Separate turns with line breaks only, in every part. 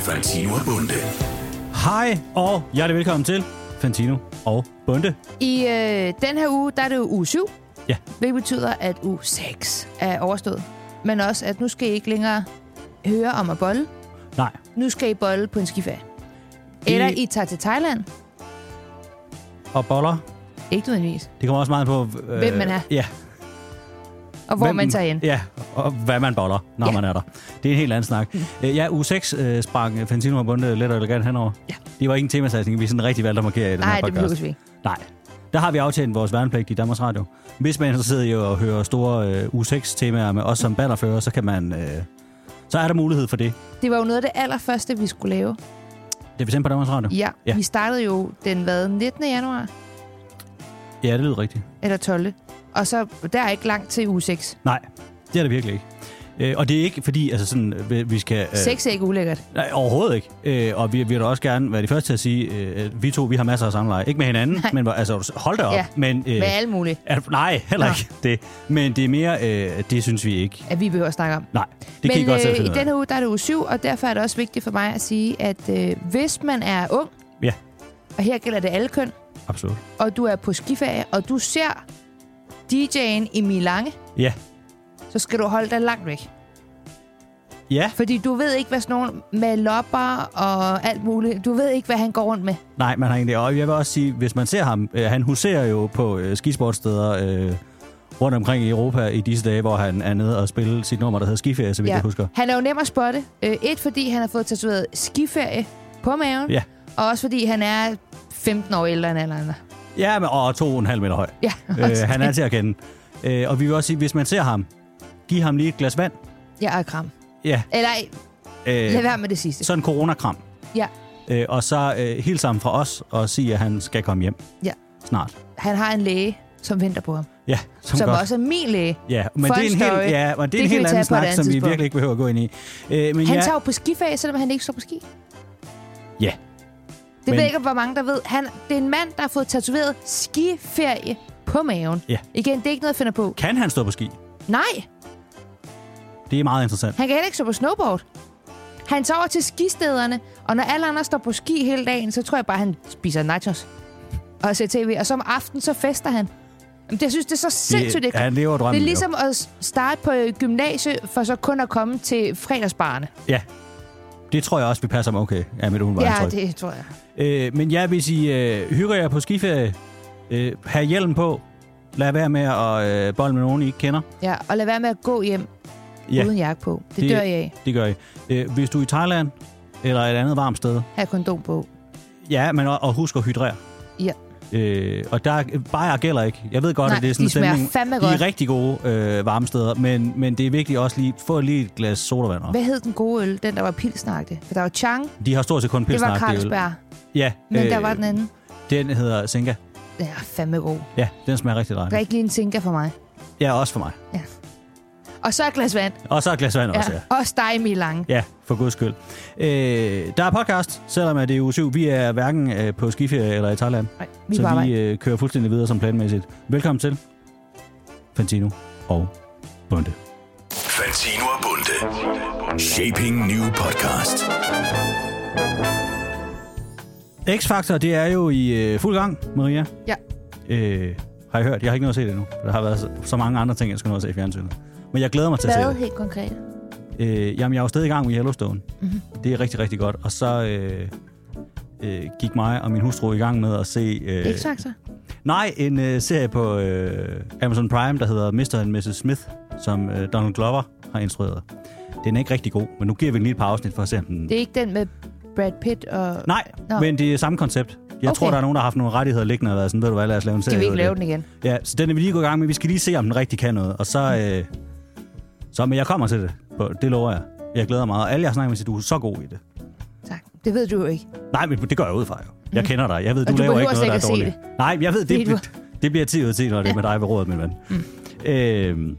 Fantino og Bunde.
Hej og hjertelig velkommen til Fantino og Bunde.
I øh, den her uge, der er det jo uge 7.
Ja.
Hvilket betyder, at uge 6 er overstået. Men også, at nu skal I ikke længere høre om at bolle.
Nej,
Nu skal I bolle på en skiferie. Eller I tager til Thailand.
og boller,
Ikke nødvendigvis.
det kommer også meget an på... Øh,
Hvem man er.
Ja.
Og hvor
hvem-
Hvem? man tager hen.
Ja, og hvad man boller, når ja.
Ja.
man er der. Det er en helt anden snak. Mm. Ja, uge 6 øh, sprang øh, Fantino og Bunde lidt og elegant henover. Ja. Det var ikke en temasatsning, vi sådan rigtig valgte at markere i den her
Nej, det
podcast.
behøver vi ikke.
Nej. Der har vi aftjent vores værnepligt i Danmarks Radio. Hvis man er interesseret i at høre store øh, U6-temaer med os som bannerfører, så kan man... Øh, så er der mulighed for det.
Det var jo noget af det allerførste, vi skulle lave.
Det er vi sendt på Danmarks Radio.
Ja,
Ja.
ja. vi startede jo den hvad, 19. januar,
Ja, det lyder rigtigt.
eller 12. Og så, der er ikke langt til uge 6.
Nej, det er det virkelig ikke. Øh, og det er ikke fordi, altså sådan, vi- vi skal... Øh,
6 er ikke ulækkert.
Nej, overhovedet ikke. Øh, og vi vi vil da også gerne være de første til at sige, øh, at vi to vi har masser af samleje. Ikke med hinanden, nej. men hvor- altså, hold da op. Ja.
Ja,
Men, øh,
Med alle mulige,
er, nej, heller
Nå.
ikke det. Men det er mere, øh, det synes vi ikke.
at vi behøver at snakke om.
Nej, det kan I godt selv
øh,
finde
i
ud af.
denne uge, der er det uge 7, og derfor er det også vigtigt for mig at sige, at øh, hvis man er ung,
Ja.
og her gælder det alle køn,
Absolut.
og du er på skiferie, og du ser DJ'en i Milange,
Ja.
så skal du holde dig langt væk.
Ja,
Fordi du ved ikke, hvad sådan nogen med lopper og alt muligt, du ved ikke, hvad han går rundt med.
nej, man har egentlig... Og jeg vil også sige, hvis man ser ham, øh, han huserer jo på øh, skisportsteder øh, rundt omkring i Europa i disse dage, hvor han er nede og spiller sit nummer, der hedder Skiferie, så vidt ja. jeg husker.
Han er jo nem at spotte. Øh, et, fordi han har fået tatoveret skiferie på maven,
Ja.
og også fordi han er 15 år ældre end alle andre.
Ja, men, og to og en halv meter høj.
Ja,
Øh, han er til at kende. Øh, og vi vil også sige, hvis man ser ham, giv ham lige et glas vand.
Jeg er kram.
Ja,
Eller ej, lad
øh,
være med det sidste.
sådan coronakram.
Ja.
Øh, og så øh, helt sammen fra os og sige, at han skal komme hjem.
Ja.
Snart.
Han har en læge, som venter på ham.
Ja,
Som, som også er min læge.
Ja, men det er en
Fun story.
helt, ja, men det er
Det
en
kan vi
helt
tage på
anden
et
snak,
andet
som vi
tidspunkt.
virkelig ikke behøver at gå ind i. Øh, men
Han
ja,
tager jo på skifag, selvom han ikke står på ski. Det
ja,
men...
Men-
ved jeg ikke, hvor mange der ved. Han, det er en mand, der har fået tatoveret skiferie på maven.
Ja.
Igen, det er ikke noget, jeg finder på.
kan han stå på ski?
Nej,
Det er meget interessant.
han kan heller ikke stå på snowboard. Han tager over til skistederne, og når alle andre står på ski hele dagen, så tror jeg bare, han spiser nachos og ser tv. Og så om aftenen, så fester han. Jamen, det, jeg synes, det er så sindssygt.
det,
Det,
han lever
det
drømmen.
er
jo.
ligesom at s- starte på øh, gymnasie, for så kun at komme til fredagsbarne.
Ja, det tror jeg også, vi passer ham okay. Ja, mit umiddelbare
Ja,
indtryk.
det tror jeg.
Øh, men ja, hvis I øh, hygger jer på skiferie, øh, have hjelm på, lad være med at øh, bolle med nogen, I ikke kender.
Ja, og lad være med at gå hjem
Ja.
ja. uden jakke på. Det,
Det-
det dør jeg af.
Det gør I. Øh, hvis du er i Thailand eller et andet varmt sted,
Har kondom på.
ja, men og, og husk at hydrere.
Ja.
Øh, og der bare gælder ikke. Jeg ved godt,
Nej,
at det er sådan en
de smager
stemning.
fandme
De er
godt.
rigtig gode øh, varme steder, men, men det er vigtigt også lige få lige et glas sodavand. op.
Hvad hed den gode øl? Den, der var pilsnagtig. For der var Chang, det
De har stort set kun pilsner.
var Carlsberg.
Ja,
Men øh, der var den anden.
den hedder Senka.
Den er fandme god.
Ja, den smager rigtig
Der er
dejligt.
ikke lige en tinker for mig.
Ja, også for mig.
Og så et glas vand.
Og så et glas vand også, ja.
Også dig, Milan.
Ja, for guds skyld. Øh, der er podcast, selvom at det er uge 7. Vi er hverken øh, på skiferie eller i Thailand.
Nej, vi er
så
på
vi
arbejde.
øh, kører fuldstændig videre som planmæssigt. Velkommen til Fantino og Bunde.
Fantino og Bunde. Shaping New Podcast.
X-Factor, det er jo i øh, fuld gang, Maria.
Ja.
Øh, har I hørt? Jeg har ikke noget at se det endnu. Der har været så, så mange andre ting, jeg skulle nå at se i fjernsynet. Men jeg glæder mig til at se det.
helt konkret?
Øh, jamen, jeg er jo stadig i gang med Yellowstone.
Mhm.
Mm-hmm. Det er rigtig, rigtig godt. Og så øh, øh, gik mig og min hustru i gang med at se... Øh,
X-Factor?
Nej, en øh, serie på øh, Amazon Prime, der hedder Mr. and Mrs. Smith, som øh, Donald Glover har instrueret. Den er ikke rigtig god, men nu giver vi den lige et par afsnit for at se, om den...
Det er ikke den med Brad Pitt og...
Nej,
Nå.
men det er samme koncept. Jeg okay.
Okay.
tror, der er nogen, der har haft nogle rettigheder liggende og været sådan, ved du hvad, lad os lave en serie.
Skal vi ikke
ud af
lave
det.
den Mm. igen?
Ja, så den er vi lige gået i gang med. Vi skal lige se, om den rigtig kan noget. Og så... Øh, så men jeg kommer til det. På- Det lover jeg. Jeg glæder mig meget. Og alle, jeg har snakket med, siger, du er så god i det.
Tak. Det ved du jo ikke.
Nej, men det gør jeg ud fra jo. Jeg kender dig. Jeg ved, du,
Mm. du
laver
behøver
ikke noget, der er
slet ikke
dårligt.
at
Nej, jeg ved, det,
Fordi du-
det, det bliver 10 ud af 10, når det er med dig ved rådet, min ven. Mm. Øhm,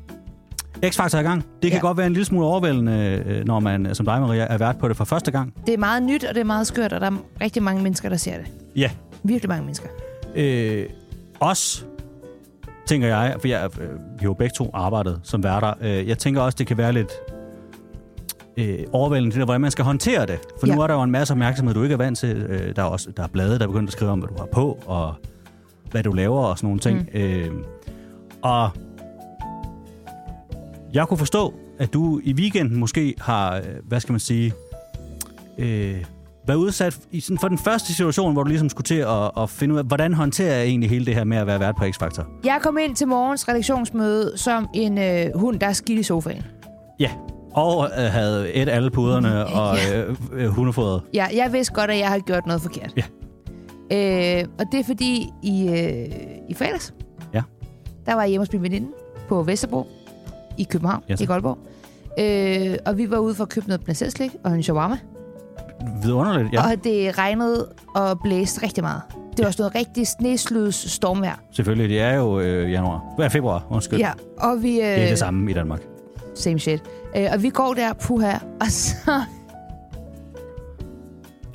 X-Factor er i gang. Det kan
Ja.
godt være en lille smule overvældende, øh, når man, som dig, Maria, er vært på det for første gang.
Det er meget nyt, og det er meget skørt, og der er rigtig mange mennesker, der ser det.
Ja.
Virkelig mange mennesker.
Øh, os, tænker jeg, for jeg, øh, vi har jo begge to arbejdet som værter. Øh, jeg tænker også, det kan være lidt øh, overvældende, det der, hvordan man skal håndtere det. For ja. nu
Ja.
er der jo en masse opmærksomhed, du ikke er vant til. Øh, der, er også, der er blade, der er begyndt at skrive om, hvad du har på, og hvad du laver, og sådan nogle ting. Mm. Øh, og jeg kunne forstå, at du i weekenden måske har, øh, hvad skal man sige, øh, været udsat i sådan, for den første situation, hvor du ligesom skulle til at, at finde ud af, hvordan håndterer jeg egentlig hele det her med at være vært på X-Factor?
Jeg kom ind til morgens redaktionsmøde som en øh, hund, der er skidt i sofaen.
Ja, og øh, havde et alle puderne og øh, øh, hundefodret.
Ja, jeg vidste godt, at jeg havde gjort noget forkert.
Ja.
Øh, og det er fordi, i, øh, i fredags,
Ja.
der var jeg hjemme hos min veninde på Vesterbro i København,
Ja,
yes.
tak.
i Goldborg. Øh, og vi var ude for at købe noget prinsesslik og en shawarma.
Vidunderligt, ja,
Ja. Og det regnede og blæste rigtig meget. Det var sådan noget rigtig snesluds stormvejr.
selvfølgelig. Det er jo øh, januar. Hvad er februar? Undskyld.
Ja, og vi... Øh,
Det er det samme i Danmark.
Same shit. Øh, og vi går der, puha, og så...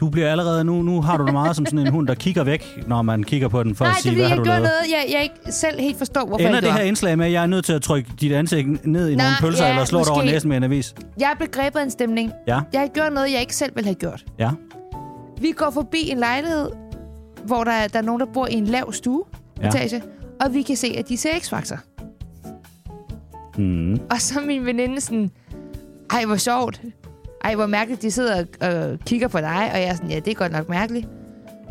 Du bliver allerede nu, nu har du det meget som sådan en hund, der kigger væk, når man kigger på den for
Nej,
at
det
sige,
er fordi,
hvad har
jeg
du
gjorde
lavet?
noget, jeg, jeg ikke selv helt forstår, hvorfor
Ender
jeg
det
gjorde.
her indslag med, at jeg er nødt til at trykke dit ansigt ned i nogle
Nej,
pølser,
ja,
eller slå dig over
måske.
næsen med en avis?
Jeg blev grebet af en stemning.
Ja,
Jeg gjorde noget, jeg ikke selv ville have gjort.
ja.
Vi går forbi en lejlighed, hvor der, er- der er nogen, der bor i en lav stue
Ja.
ja. etage, og vi kan se, at de ser X-Factor.
Mm.
Og så er min veninde sådan, ej, hvor sjovt. Ej, hvor mærkeligt, de sidder og øh, kigger på dig. Og jeg er sådan, ja, det er godt nok mærkeligt.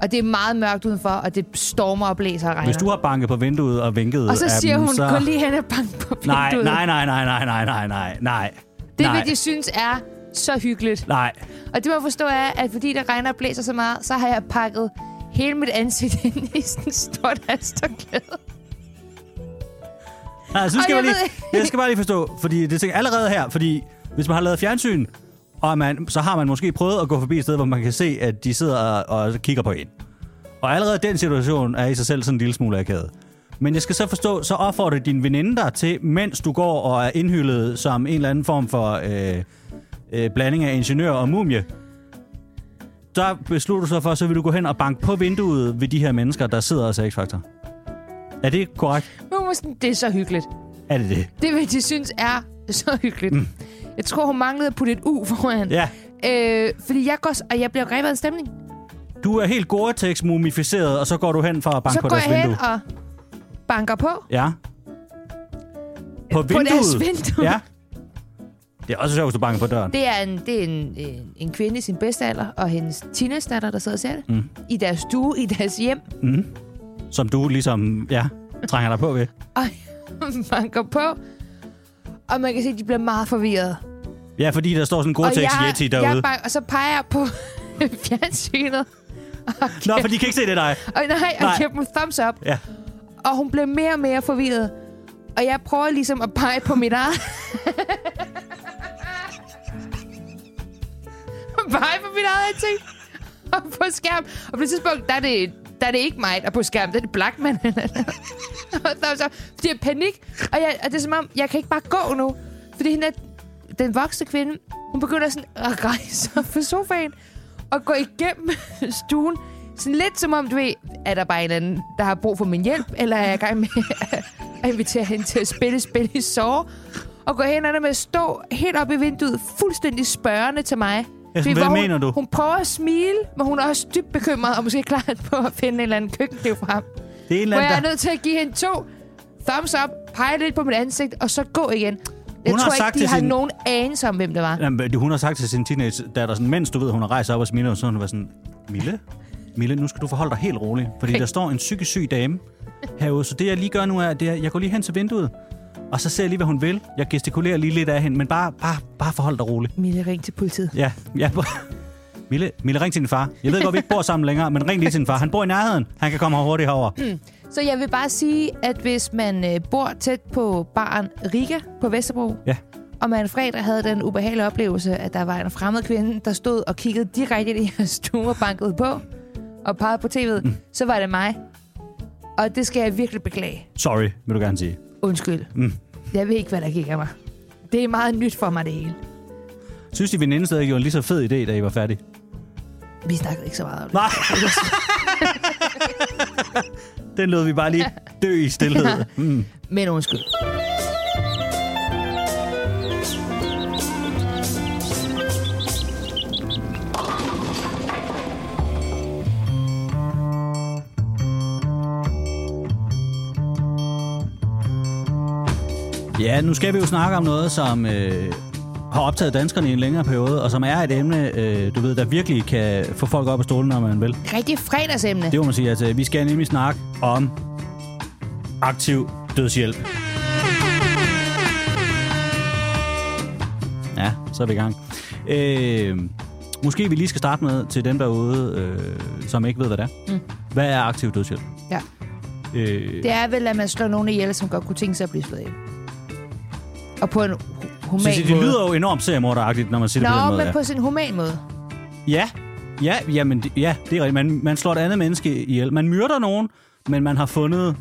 Og det er meget mørkt udenfor, og det stormer og blæser og regner.
Hvis du har banket på vinduet og vinket
og så
af
siger
dem,
hun,
så...
gå lige hen og bank på vinduet.
Nej, nej, nej, nej, nej, nej, nej, nej, nej.
Det
nej,
vil de synes er så hyggeligt.
Nej,
Og det må forstå er, at fordi det regner og blæser så meget, så har jeg pakket hele mit ansigt ind i sådan et stort halsterklæde.
altså, nu
Og
skal jeg,
jeg
lige,
ved ikke-
jeg skal bare lige forstå, fordi det tænker allerede her, fordi hvis man har lavet fjernsyn, og man, så har man måske prøvet at gå forbi et sted, hvor man kan se, at de sidder og, og kigger på en. Og allerede den situation er i sig selv sådan en lille smule akavet. Men jeg skal så forstå, så opfordrer din veninde dig til, mens du går og er indhyllet som en eller anden form for øh, øh, blanding af ingeniør og mumie, der beslutter du sig for, så vil du gå hen og banke på vinduet ved de her mennesker, der sidder og ser X-Factor. Er det korrekt?
Nu er hun sådan, det er så hyggeligt.
Er det det?
Det vil de synes er så hyggeligt. Mm. Jeg tror, hun manglede at putte et U foran.
Ja.
Øh, fordi jeg går, s- og jeg bliver grebet af en stemning.
Du er helt Gore-Tex mumificeret, og så går du hen for at banke
så
på
går
deres
jeg hen
vindue.
og banker på.
Ja. På vinduet?
deres vindue.
Ja. Det er også sjovt, hvis du banker på døren.
Det er, en, det er en, en, en kvinde i sin bedste alder, og hendes teenage-datter, der sidder og ser det. Mm. I deres stue, i deres hjem.
Som du ligesom, ja, trænger dig på ved.
Og banker på. Og man kan se, at de bliver meget forvirrede.
Ja, fordi der står sådan en Gore-Tex Yeti derude.
Jeg bang, og så peger jeg på fjernsynet.
Nå, for de kan ikke se det er dig.
Og nej, og
Nej.
giver dem thumbs up.
Ja.
Og hun bliver mere og mere forvirret. Og jeg prøver ligesom at pege på mit eget. pege på mit eget ansigt. Og på skærm. Og på det tidspunkt, der er det, der er det ikke mig, der er på skærm. Det er det Blackman. og thumbs up. Fordi jeg er i panik. Og, jeg, og det er som om, jeg kan ikke bare gå nu. Fordi hende er den voksne kvinde, hun begynder sådan at rejse sig fra sofaen og gå igennem stuen. Sådan lidt som om, du ved, er der bare en anden, der har brug for min hjælp, eller er jeg i gang med at invitere hende til at spille spil i sove, og gå hen og ender med at stå helt op i vinduet, fuldstændig spørgende til mig.
Ja,
Du ved,
hvad
hvor hun,
mener du?
Hun prøver at smile, men hun er også dybt bekymret, og måske klar på at finde en eller anden køkkenkniv frem.
Det er en eller
Hvor jeg er
anden, der...
nødt til at give hende to thumbs up, pege lidt på mit ansigt, og så gå igen. Jeg
Hun har
tror
sagt
ikke, de
til
har
sin-
nogen anelse om, hvem det var.
Jamen, det- hun har sagt til sin teenage datter, sådan, mens du ved, hun har rejst sig op og smiler, så har hun var sådan, Mille, Mille, nu skal du forholde dig helt rolig, fordi der står en psykisk syg dame herude, så det jeg lige gør nu er, det er, jeg går lige hen til vinduet, og så ser jeg lige, hvad hun vil. Jeg gestikulerer lige lidt af hende, men bare, bare, bare forhold dig rolig.
Mille, ring til politiet.
Ja, ja. Mille, Mille, ring til din far. Jeg ved godt, vi ikke bor sammen længere, men ring lige til din far. Han bor i nærheden. Han kan komme her hurtigt herover.
Så jeg vil bare sige, at hvis man øh, bor tæt på baren Riga på Vesterbro,
Ja.
og man fredag havde den ubehagelige oplevelse, at der var en fremmed kvinde, der stod og kiggede direkte ind i hans stue og bankede på, og pegede på tv'et, mm. så var det mig. Og det skal jeg virkelig beklage.
Sorry, vil du gerne sige.
Undskyld. Mm. Jeg ved ikke, hvad der gik af mig. Det er meget nyt for mig, det hele.
Synes I, veninde stadig gjorde en lige så fed idé, da I var færdige?
Vi snakkede ikke så meget om det.
Nej. Den lød vi bare lige dø i stillhed.
Men undskyld.
Ja, nu skal vi jo snakke om noget, som øh, har optaget danskerne i en længere periode, og som er et emne, øh, du ved, der virkelig kan få folk op af stolen, når man vil.
Rigtig fredagsemne.
Det må man sige, at øh, vi skal nemlig snakke om aktiv dødshjælp. Ja, så er vi i gang. Øh, måske vi lige skal starte med til dem derude, øh, som ikke ved, hvad det er. Mm. Hvad er aktiv dødshjælp?
Ja.
Øh,
Det er vel, at man slår nogen ihjel, som godt kunne tænke sig at blive slået ihjel. Og på en hu- human
så det, det
måde.
lyder jo enormt seriemorderagtigt, når man siger det på
Nå,
den måde.
men
ja.
på sin human måde.
Ja, ja, jamen, det- ja det er rigtigt. Man, man slår et andet menneske ihjel. Man myrder nogen, men man har fundet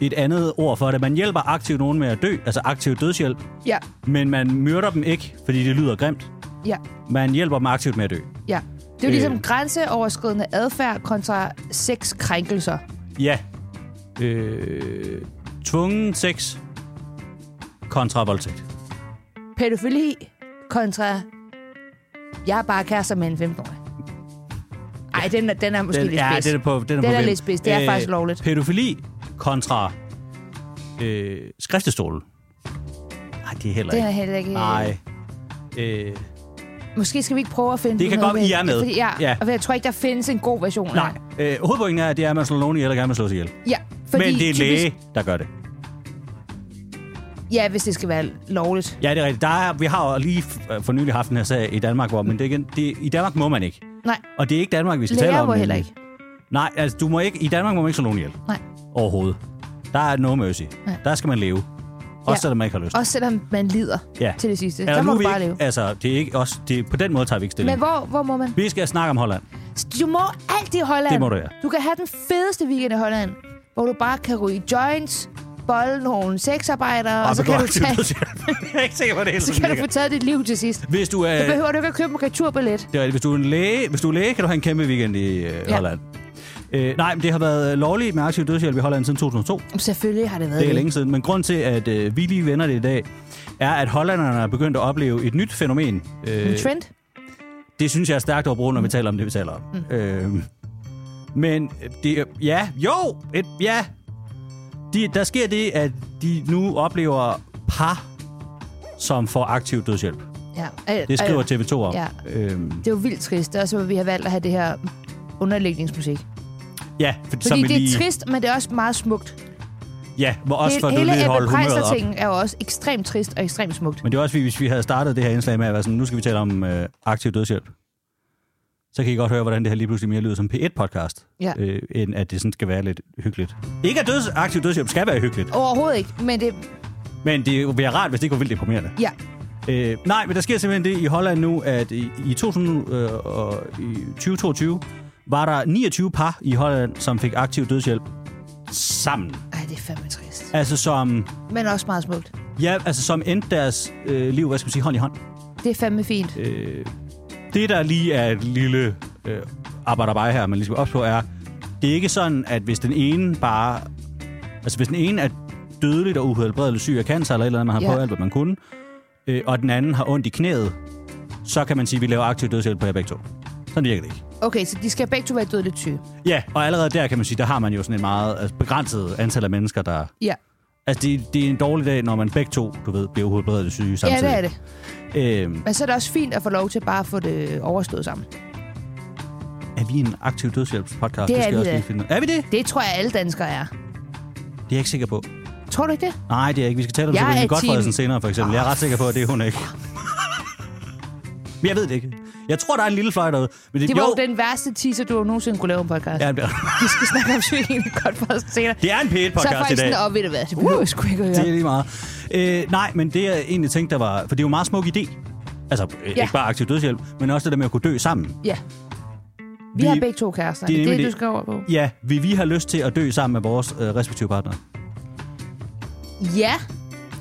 et andet ord for det. Man hjælper aktivt nogen med at dø, altså aktiv dødshjælp,
Ja,
men man myrder dem ikke, fordi det lyder grimt.
ja,
Man hjælper dem aktivt med at dø.
ja. Det er jo ligesom
Øh.
grænseoverskridende adfærd kontra sexkrænkelser.
Ja. Øh, tvungen sex kontra voldtægt.
Pædofili kontra... Jeg er bare kærester med en 15-årig. Ej, den, er- den er måske
Den,
lidt
ja,
spids.
den er på, Øh. den er,
Den
på
er
vind.
lidt spids. Det er faktisk lovligt.
Pædofili kontra øh, skriftestol. Nej, det er heller
Det
ikke.
er heller ikke...
Nej. Øh,
Måske skal vi ikke prøve at finde
Det
på
kan
noget
godt- I er med.
Fordi, ja,
Ja.
ja. Og jeg tror ikke, der findes en god version af
nej.
det.
Øh, hovedpointen er, at det er, at man slår nogen ihjel, og gerne vil slås ihjel.
Ja, fordi
Men det er
typisk,
læge, der gør det.
Ja, hvis det skal være lovligt.
Ja, det er rigtigt. Der er, vi har jo lige f- for nylig haft den her sag i Danmark, hvor, men det er igen, det, i Danmark må man ikke.
Nej,
Og det er ikke Danmark, vi skal tale
læger
om.
må heller
nemlig.
ikke.
Nej, altså, du må ikke, i Danmark må man ikke slå nogen ihjel.
Nej.
Overhovedet. Der er no mercy.
Ja.
Der skal man leve. Også
Ja.
selvom man ikke har lyst.
Også selvom man lider
Ja.
til det sidste.
Altså,
så
nu
må
er
du
vi
bare
ikke,
leve.
Altså, det er ikke også, det, på den måde tager vi ikke stilling.
Men hvor, hvor må man?
Vi skal snakke om Holland.
Du må alt i Holland.
Det må du, ja.
Du kan have den fedeste weekend i Holland, hvor du bare kan ryge joints, bolle nogle sexarbejdere, og, så,
begå
kan du
aktiv
tage,
dødshjælp. jeg er ikke sikker på det hele.
så kan du få taget dit liv til sidst.
Hvis du er...
Så behøver du ikke at købe en returbillet.
Det er rigtigt. Hvis du er en læge, hvis du er læge kan du have en kæmpe weekend i øh,
Ja.
Holland. Øh, nej, men det har været øh, lovligt med aktiv dødshjælp i Holland siden 2002.
Jamen, Selvfølgelig har det været
Det er længe siden. Men grund til, at øh, vi lige vender det i dag, er, at hollanderne er begyndt at opleve et nyt fænomen. Øh,
En trend.
det synes jeg er stærkt overbrugt, når vi taler om det, vi taler om. Mm. Øh, men det, er- ja, jo, et, ja. De, der sker det, at de nu oplever par, som får aktiv dødshjælp.
Ja. Øh,
Det skriver
øh,
TV2 om.
ja.
Øhm,
Det er jo vildt trist. Det er også, hvor vi har valgt at have det her underlægningsmusik.
ja, for, som
Fordi
vi
det er
lige,
trist, men det er også meget smukt.
Ja, hvor også for at du
hele
lige holde humøret op.
Prejser-tingen er jo også ekstremt trist og ekstremt smukt.
Men det er også, fordi, hvis vi havde startet det her indslag med at være sådan, nu skal vi tale om øh, aktiv dødshjælp, så kan I godt høre, hvordan det her lige pludselig mere lyder som P1-podcast,
Ja.
øh, end at det sådan skal være lidt hyggeligt. Ikke at døds, aktiv dødshjælp skal være hyggeligt,
Overhovedet ikke, men det...
men det ville være rart, hvis det ikke var vildt deprimerende.
Ja,
Øh, nej, men der sker simpelthen det i Holland nu, at i, i, 2000, øh, og i 2022 var der 29 par i Holland, som fik aktiv dødshjælp sammen.
Ej, det er fandme trist.
Altså som,
Men også meget smukt.
ja, altså som endte deres øh, liv, hvad skal man sige, hånd i hånd.
Det er fandme fint.
Øh, det, der lige er et lille øh, arbejderbej her, man lige skal op på, er, det er ikke sådan, at hvis den ene bare... Altså, hvis den ene er dødeligt og uhelbredeligt syg af cancer, eller et eller andet, man har
Ja.
prøvet alt, hvad man kunne, øh, og den anden har ondt i knæet, så kan man sige, at vi laver aktiv dødshjælp på jer begge to. Sådan virker det ikke.
Okay, så de skal begge to være dødeligt syge.
Ja, og allerede der kan man sige, der har man jo sådan et meget altså, begrænset antal af mennesker, der...
Ja,
Altså, det, det er en dårlig dag, når man begge to, du ved, bliver uhelbredeligt syge
ja
samtidig.
det er det.
Øh,
Men så er det også fint at få lov til bare at få det overstået sammen.
er vi en aktiv dødshjælpspodcast?
Det er
skal jeg
vi
også
da.
lige finde. ud af. Er vi det?
Det tror jeg, alle danskere er.
Det er jeg ikke sikker på.
Tror du ikke det?
Nej, det er jeg ikke. Vi skal tale om
Jeg
Sabine
er
Godfredsen
team-
senere, for eksempel. Jeg er ret sikker på, at det er hun ikke. Men jeg ved det ikke. Jeg tror, der er en lille fløj derude. Men det,
Det var jo,
jo,
den værste teaser, du nogensinde kunne lave en podcast.
Ja,
Ja.
det-
Vi skal snakke om psykisk godt for os senere.
det er en
Så er
P1-podcast i
folk
dag.
sådan, og ved du hvad, det behøver jeg sgu ikke at
Det
høre.
er lige meget. Øh, nej, men det jeg egentlig tænkte, der var... For det er jo en meget smuk idé. Altså, ja. ikke bare aktiv dødshjælp, men også det der med at kunne dø sammen.
Ja. Vi,
Vi-
har begge to kærester.
det er
Det er det,
nemlig
du
det.
skal over på.
Ja, vil vi have lyst til at dø sammen med vores øh, respektive partner?
Ja,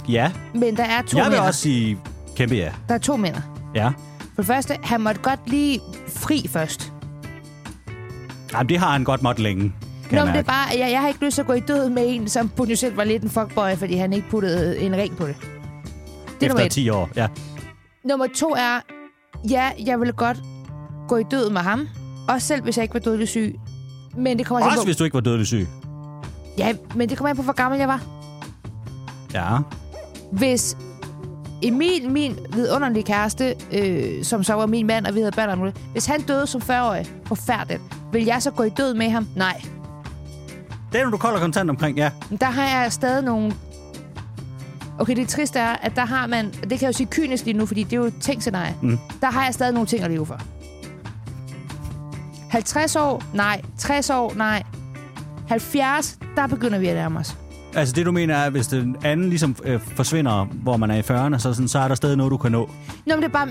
Ja.
men der er to
Jeg vil
mænd.
også sige kæmpe ja.
Der er to mænd.
Ja.
For det første, han måtte godt lige fri først.
Jamen, det har han godt måttet længe. Kan
Nå,
jeg
men det er
mærke.
bare, jeg, jeg har ikke lyst til at gå i død med en, som potentielt var lidt en fuckboy, fordi han ikke puttede en ring på det. Det er
Efter
nummer et.
10 år. Ja.
Nummer to er, ja, jeg ville godt gå i død med ham. Også selv, hvis jeg ikke var dødelig syg. Men det kommer altså
Også hvis du ikke var dødelig syg.
Ja, men det kommer an på, hvor gammel jeg var.
Ja.
hvis Emil, min vidunderlige kæreste, øh, som så var min mand, og vi havde børn om det, hvis han døde som 40-årig, forfærdeligt, vil jeg så gå i død med ham? Nej.
Det er du kolder kontant omkring, ja.
Men der har jeg stadig nogle... Okay, det triste er, at der har man... Det kan jeg jo sige kynisk lige nu, fordi det er jo et tænkscenarie. Mm. Der har jeg stadig nogle ting at leve for. 50 år? Nej. 60 år? Nej. 70? Der begynder vi at nærme os.
Altså det, du mener, er, at hvis den anden ligesom øh, forsvinder, hvor man er i 40'erne, så, sådan, så er der stadig noget, du kan nå.
Nå, men det er bare...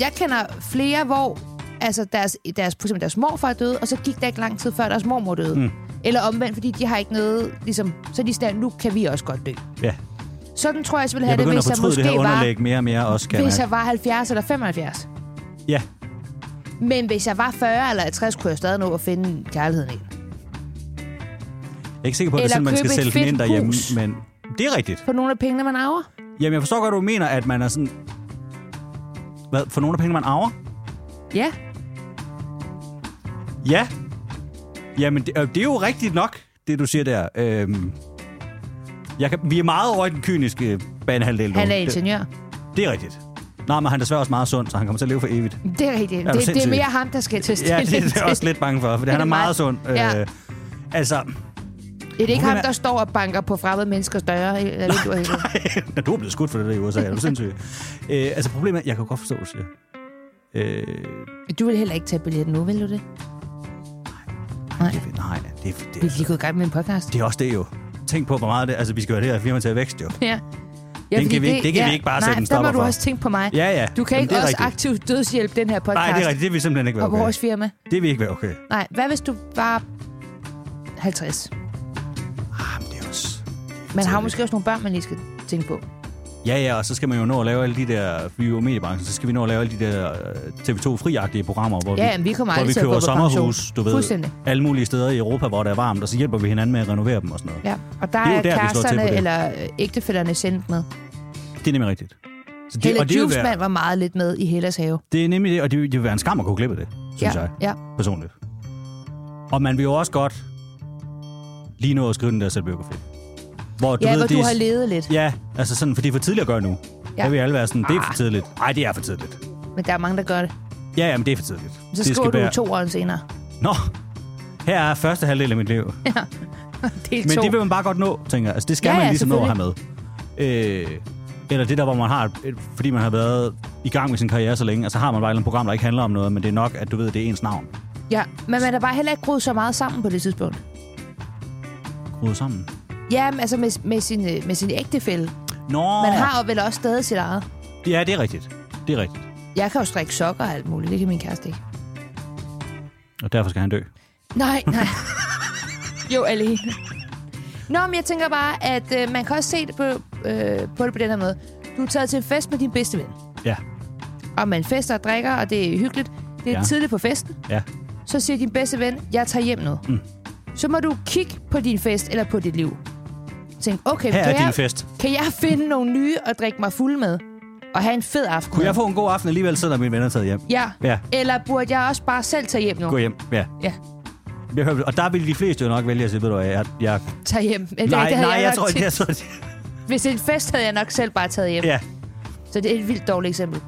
Jeg kender flere, hvor altså deres, deres, for eksempel deres morfar er døde, og så gik der ikke lang tid før deres mormor døde. Mm. Eller omvendt, fordi de har ikke noget... Ligesom, så er de sådan, nu kan vi også godt dø.
Ja.
Sådan tror jeg, jeg ville
Jeg
have det,
begynder at
hvis jeg
fortryde
måske
det her
var,
underlæg mere og mere også, kan
hvis
jeg...
jeg var 70 eller 75.
mærke. Ja,
Men hvis jeg var 40 eller 50, kunne jeg stadig nå at finde kærligheden i.
jeg er ikke sikker på, at det er
Eller
sådan, man skal
købe et
sælge den
fedt
ind derhjemme,
hus.
men det er rigtigt.
På nogle af pengene, man arver.
Jamen, jeg forstår godt, hvad du mener, at man er sådan... Hvad, for nogle af penge, man arver?
Ja.
Ja. Jamen, det, øh, det er jo rigtigt nok, det du siger der. Øhm, jeg kan, vi er meget over i den kyniske banehalvdel nu.
Han er
det,
ingeniør.
det er rigtigt. Nej, men han er desværre også meget sund, så han kommer til at leve for evigt.
Det er rigtigt.
Er du
Det, det er
sindssyg?
mere ham, der skal til
Ja,
stille.
det, det er jeg også lidt bange for, for han er
er
meget
meget-
sund.
Ja.
Øh, altså,
Det er ikke ham,
Problemet er-
der står og banker på fremmede menneskers døre. Eller vinduer hele tiden.
Når du er blevet skudt for det der i USA, er du sindssyg? øh, altså problemet er, jeg kan godt forstå, hvad du siger. Øh,
du vil heller ikke tage billetten nu, vil du det? Nej.
det, er- nej, det, er- det,
Vi er
det,
lige gået i gang med en podcast.
det er også det jo. Tænk på, hvor meget det Altså, vi skal jo have det her firma til at vækste jo.
Ja. Ja,
Den
fordi
kan vi ikke- det kan vi ikke bare
nej,
sætte en
der
stopper
må du
for.
også tænke på mig.
Ja, ja.
Du kan
Jamen,
ikke
det er
også
rigtigt.
aktivt dødshjælpe den her podcast
Nej, det er rigtigt. Det vil simpelthen ikke være
og
okay.
vores firma.
Det vil ikke være okay.
Nej, hvad hvis du var 50?
Ah, men det er også...
Man har
tidligt.
måske også nogle børn, man lige skal tænke på.
Ja, ja, og så skal man jo nå at lave alle de der... Vi er jo mediebranchen, så skal vi nå at lave alle de der øh, TV2-friagtige programmer, hvor
Ja,
vi,
men vi kommer
hvor
aldrig
vi
til at gå
køber
på
sommerhus,
pension.
du ved,
Fuldstændig.
alle mulige steder i Europa, hvor der er varmt, og så hjælper vi hinanden med at renovere dem og sådan noget.
Ja, og
Det
der
er
er,
jo
er
der, vi slår til på
kæresterne
det.
eller øh, ægtefælderne sjældent med.
Det er nemlig rigtigt. Så det,
Hella
og det, vil være,
Juvesmand var meget lidt med i Hellas have.
det er nemlig det, og det, vil- det vil være en skam at gå glip af det, synes
ja,
jeg.
ja.
personligt. Og man vil jo også godt lige nå at skrive den der selvbiografi. Hvor du
ja
ved,
hvor
det
du
er-
har levet lidt.
Ja, altså sådan, for det er for tidligt at gøre nu. Ja.
Ja.
Der vil alle være sådan, det er for
Ah.
tidligt. Nej, det er for tidligt.
Men der er mange, der gør det.
Ja, jamen, det er for tidligt.
Så
det
skriver du
være-
to år senere.
Nå, her er første halvdel af mit liv.
Del
Men
to.
det vil man bare godt nå, tænker jeg. Altså, det skal
Ja,
man
ja,
ligesom nå at have med. Øh, eller det der, hvor man har, et- fordi man har været i gang med sin karriere så længe, og så har man bare et eller andet program, der ikke handler om noget, men det er nok, at du ved, det er ens navn.
Ja, men man er bare heller ikke groet så meget sammen på det tidspunkt.
Grudet sammen.
Ja, men altså med, med, sin, øh, med sin ægtefælle.
Nå,
Man har jo vel også stadig sit eget.
ja, det er rigtigt. Det er rigtigt.
Jeg kan jo strikke sokker og alt muligt. Det kan min kæreste ikke.
Og derfor skal han dø.
Nej, nej. jo, alene. Nå, men jeg tænker bare, at øh, man kan også se det på, øh, på det på den her måde. Du er taget til en fest med din bedste ven.
Ja,
Og man fester og drikker, og det er hyggeligt. Det er
Ja.
ja. tidligt på festen.
ja.
Så siger din bedste ven, jeg tager hjem nu. Mm. Så må du kigge på din fest eller på dit liv. Tænk, okay,
Her
kan,
er din
jeg,
fest.
kan jeg finde nogle nye at drikke mig fuld med? Og have en fed aften.
Kunne
med?
jeg få en god aften alligevel, selvom mine venner er taget hjem?
Ja.
Ja.
Eller burde jeg også bare selv tage hjem nu?
Gå hjem, ja.
Ja,
Jeg hører, og der vil de fleste jo nok vælge at sige, ved du hvad, jeg... jeg
tage hjem. Eller,
nej,
det havde
nej, jeg
nok
tror ikke,
tit-
jeg tror det.
Hvis det er en fest, havde jeg nok selv bare taget hjem.
Ja.
Så det er et vildt dårligt eksempel.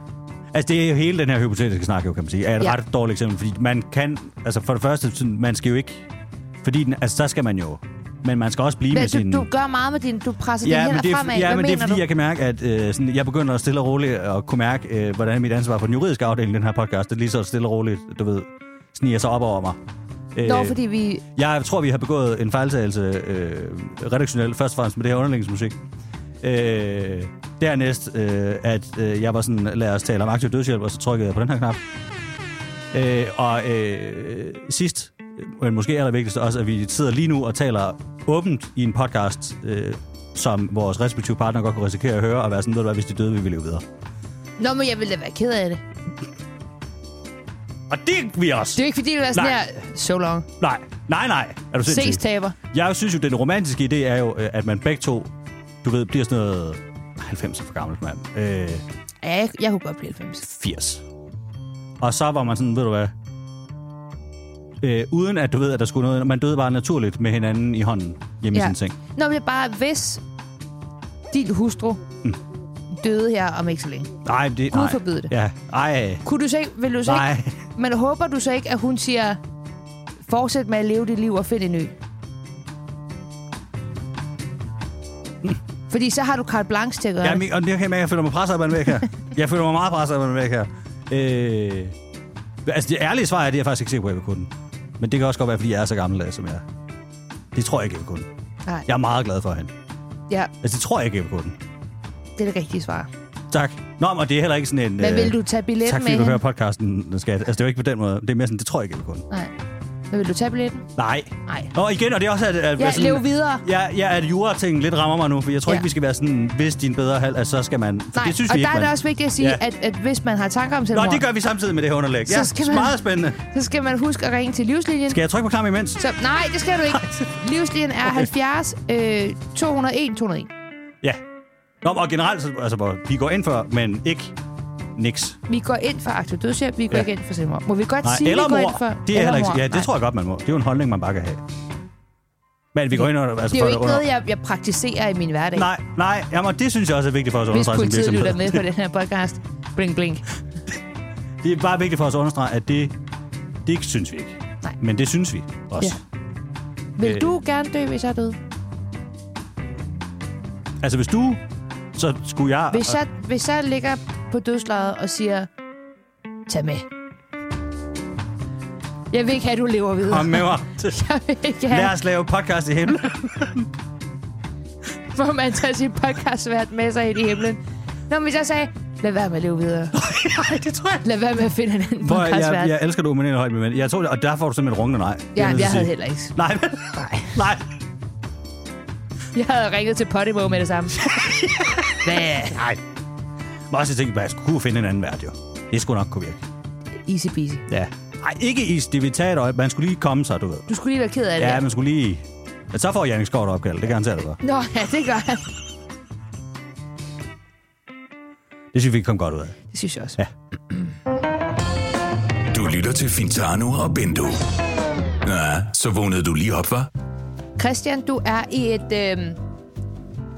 Altså, det er jo hele den her hypotetiske snak, jo, kan man sige, er et ja.
Ja.
ret dårligt eksempel, fordi man kan... Altså, for det første, sådan, man skal jo ikke... Fordi, den, altså, der skal man jo... Men man skal også blive med
Men
sin...
du, du gør meget med din... Du presser dine
Ja, men
hænder
det er,
fremad.
ja,
Hvad
men det er
mener
fordi,
du?
jeg kan mærke, at øh, sådan, jeg begynder at stille og roligt at kunne mærke, øh, hvordan mit ansvar for den juridiske afdeling i den her podcast, det lige så stille og roligt, du ved, sniger sig op over mig. Øh,
Nå, fordi vi...
Jeg tror, vi har begået en fejltagelse øh, redaktionelt, først og fremmest med det her underlægningsmusik. Øh, dernæst, øh, at øh, jeg var sådan, lad os tale om aktiv dødshjælp, og så trykkede jeg på den her knap. Øh, og øh, sidst, men måske allervigtigst også, at vi sidder lige nu og taler åbent i en podcast, øh, som vores respektive partner godt kunne risikere at høre, og være sådan, ved du hvad, hvis de døde, vil vi leve videre.
Nå, men jeg ville da være ked af det.
Og det er vi også.
Det er jo ikke fordi, det var sådan
Nej.
her... So long.
Nej, nej, nej. Er du sindssyg?
Ses taber.
Jeg synes jo, den romantiske idé er jo, øh, at man begge to, du ved, bliver sådan noget 90 for gammelt, mand. Øh,
Ja, jeg, jeg kunne godt blive 90.
80. Og så var man sådan, ved du hvad, øh, uden at du ved, at der skulle noget, man døde bare naturligt med hinanden i hånden hjemme ja. i sin seng.
Nå, men det er bare, hvis din hustru
Mm.
døde her om ikke så længe.
Nej, det...
Gud
nej.
forbyde det.
Ja. Ej,
Kunne du så ikke, vil du så
nej.
ikke, men håber du så ikke, at hun siger, fortsæt med at leve dit liv og find en ø? Fordi så har du carte blanche til at gøre
Ja,
det.
men, og det kan jeg, mærke, jeg føler mig presset af Alban væk her. Jeg føler mig meget presset af Alban væk her. Øh, altså, det ærlige svar er, det er jeg faktisk ikke sikker på, at jeg vil kunne. Men det kan også godt være, fordi jeg er så gammeldags, som jeg er. Det tror jeg ikke, jeg vil kunne.
Nej,
Jeg er meget glad for hende.
ja,
Altså, det tror jeg ikke, jeg vil kunne.
det er det rigtige svar.
Tak. Nå, men det er heller ikke sådan en...
Men
øh,
vil du tage billet
Tak,
med
fordi du
hende?
hører podcasten, skat. Altså, det er jo ikke på den måde. Det er mere sådan, det tror jeg ikke, jeg vil kunne.
Nej. Men vil du tage billetten?
Nej.
Nej.
Nå, igen, og det er også, at... at
Ja,
sådan-
lev videre.
Ja, ja, at juratingen lidt rammer mig nu, for jeg tror
Ja.
ikke, vi skal være sådan, hvis din bedre halv, at så skal man... For
Nej,
det synes
og
vi ikke,
der er det
man-
også vigtigt at sige,
Ja.
ja. at, at hvis man har tanker om selvmord,
Nå, det gør vi samtidig med det her underlæg.
Så
Ja,
skal man-
meget spændende.
så skal man huske at ringe til livslinjen.
Skal jeg trykke på klam imens?
Så, nej, det skal du ikke. Livslinjen er 70 øh, 201 201.
Ja. Nå, og generelt, så, altså, hvor vi går ind for, men ikke niks.
Vi går ind for aktiv dødshjælp, vi går
Ja.
ja. ikke ind for selvmord. Må vi godt
Nej,
sige,
eller
vi går
mor.
ind for...
Det er heller ikke,
mor.
ja, det
Nej.
tror jeg godt, man må. Det er jo en holdning, man bare kan have. Men vi går ind under... Altså,
Det er jo
for
ikke
under...
noget, jeg, jeg praktiserer i min hverdag.
Nej, nej, jamen, det synes jeg også er vigtigt for os at
Hvis
understrege som
politiet lytter
virksomhed.
med på den her podcast. Blink, blink.
Det er bare vigtigt for os at understrege, at det, det synes vi ikke.
Nej.
Men det synes vi også.
Ja. Vil
Øh.
du gerne dø, hvis jeg er død?
Altså, hvis du... Så skulle jeg...
Hvis jeg, hvis jeg ligger på dødslaget og siger, tag med. Jeg vil ikke have, at du lever videre.
Kom med mig.
Jeg vil ikke
Lad
have,
os lave podcast i himlen.
hvor man tager sin podcastvært med sig ind i himlen. Nå, men hvis jeg sagde, lad være med at leve videre.
Nej, det tror jeg
Lad være med at finde en anden
Hvor jeg, jeg,
podcastvært.
jeg elsker, at du er med højt med mænd. Jeg tror, det- og der får du simpelthen rungende nej. Det er
Ja,
nødt til
jeg
at
havde
sige.
heller ikke.
Nej, men,
Nej.
nej.
Jeg havde ringet til Podimo med det samme. Hvad?
Nej. Men også jeg tænkte, bare, jeg skulle kunne finde en anden vært, jo. Det skulle nok kunne virke.
Easy peasy.
Ja. Nej, ikke is. Det vil tage et øje. Man skulle lige komme sig, du ved.
Du skulle lige være ked af det.
Ja, man skulle lige... Men så får Jannik Skov et opkald. Det garanterer du bare.
Nå, ja, det gør han.
Det synes vi kan komme godt ud af.
Det synes jeg også.
Ja.
Du lytter til Fintano og Bendo. Ja, så vågnede du lige op, var?
Christian, du er i et øh,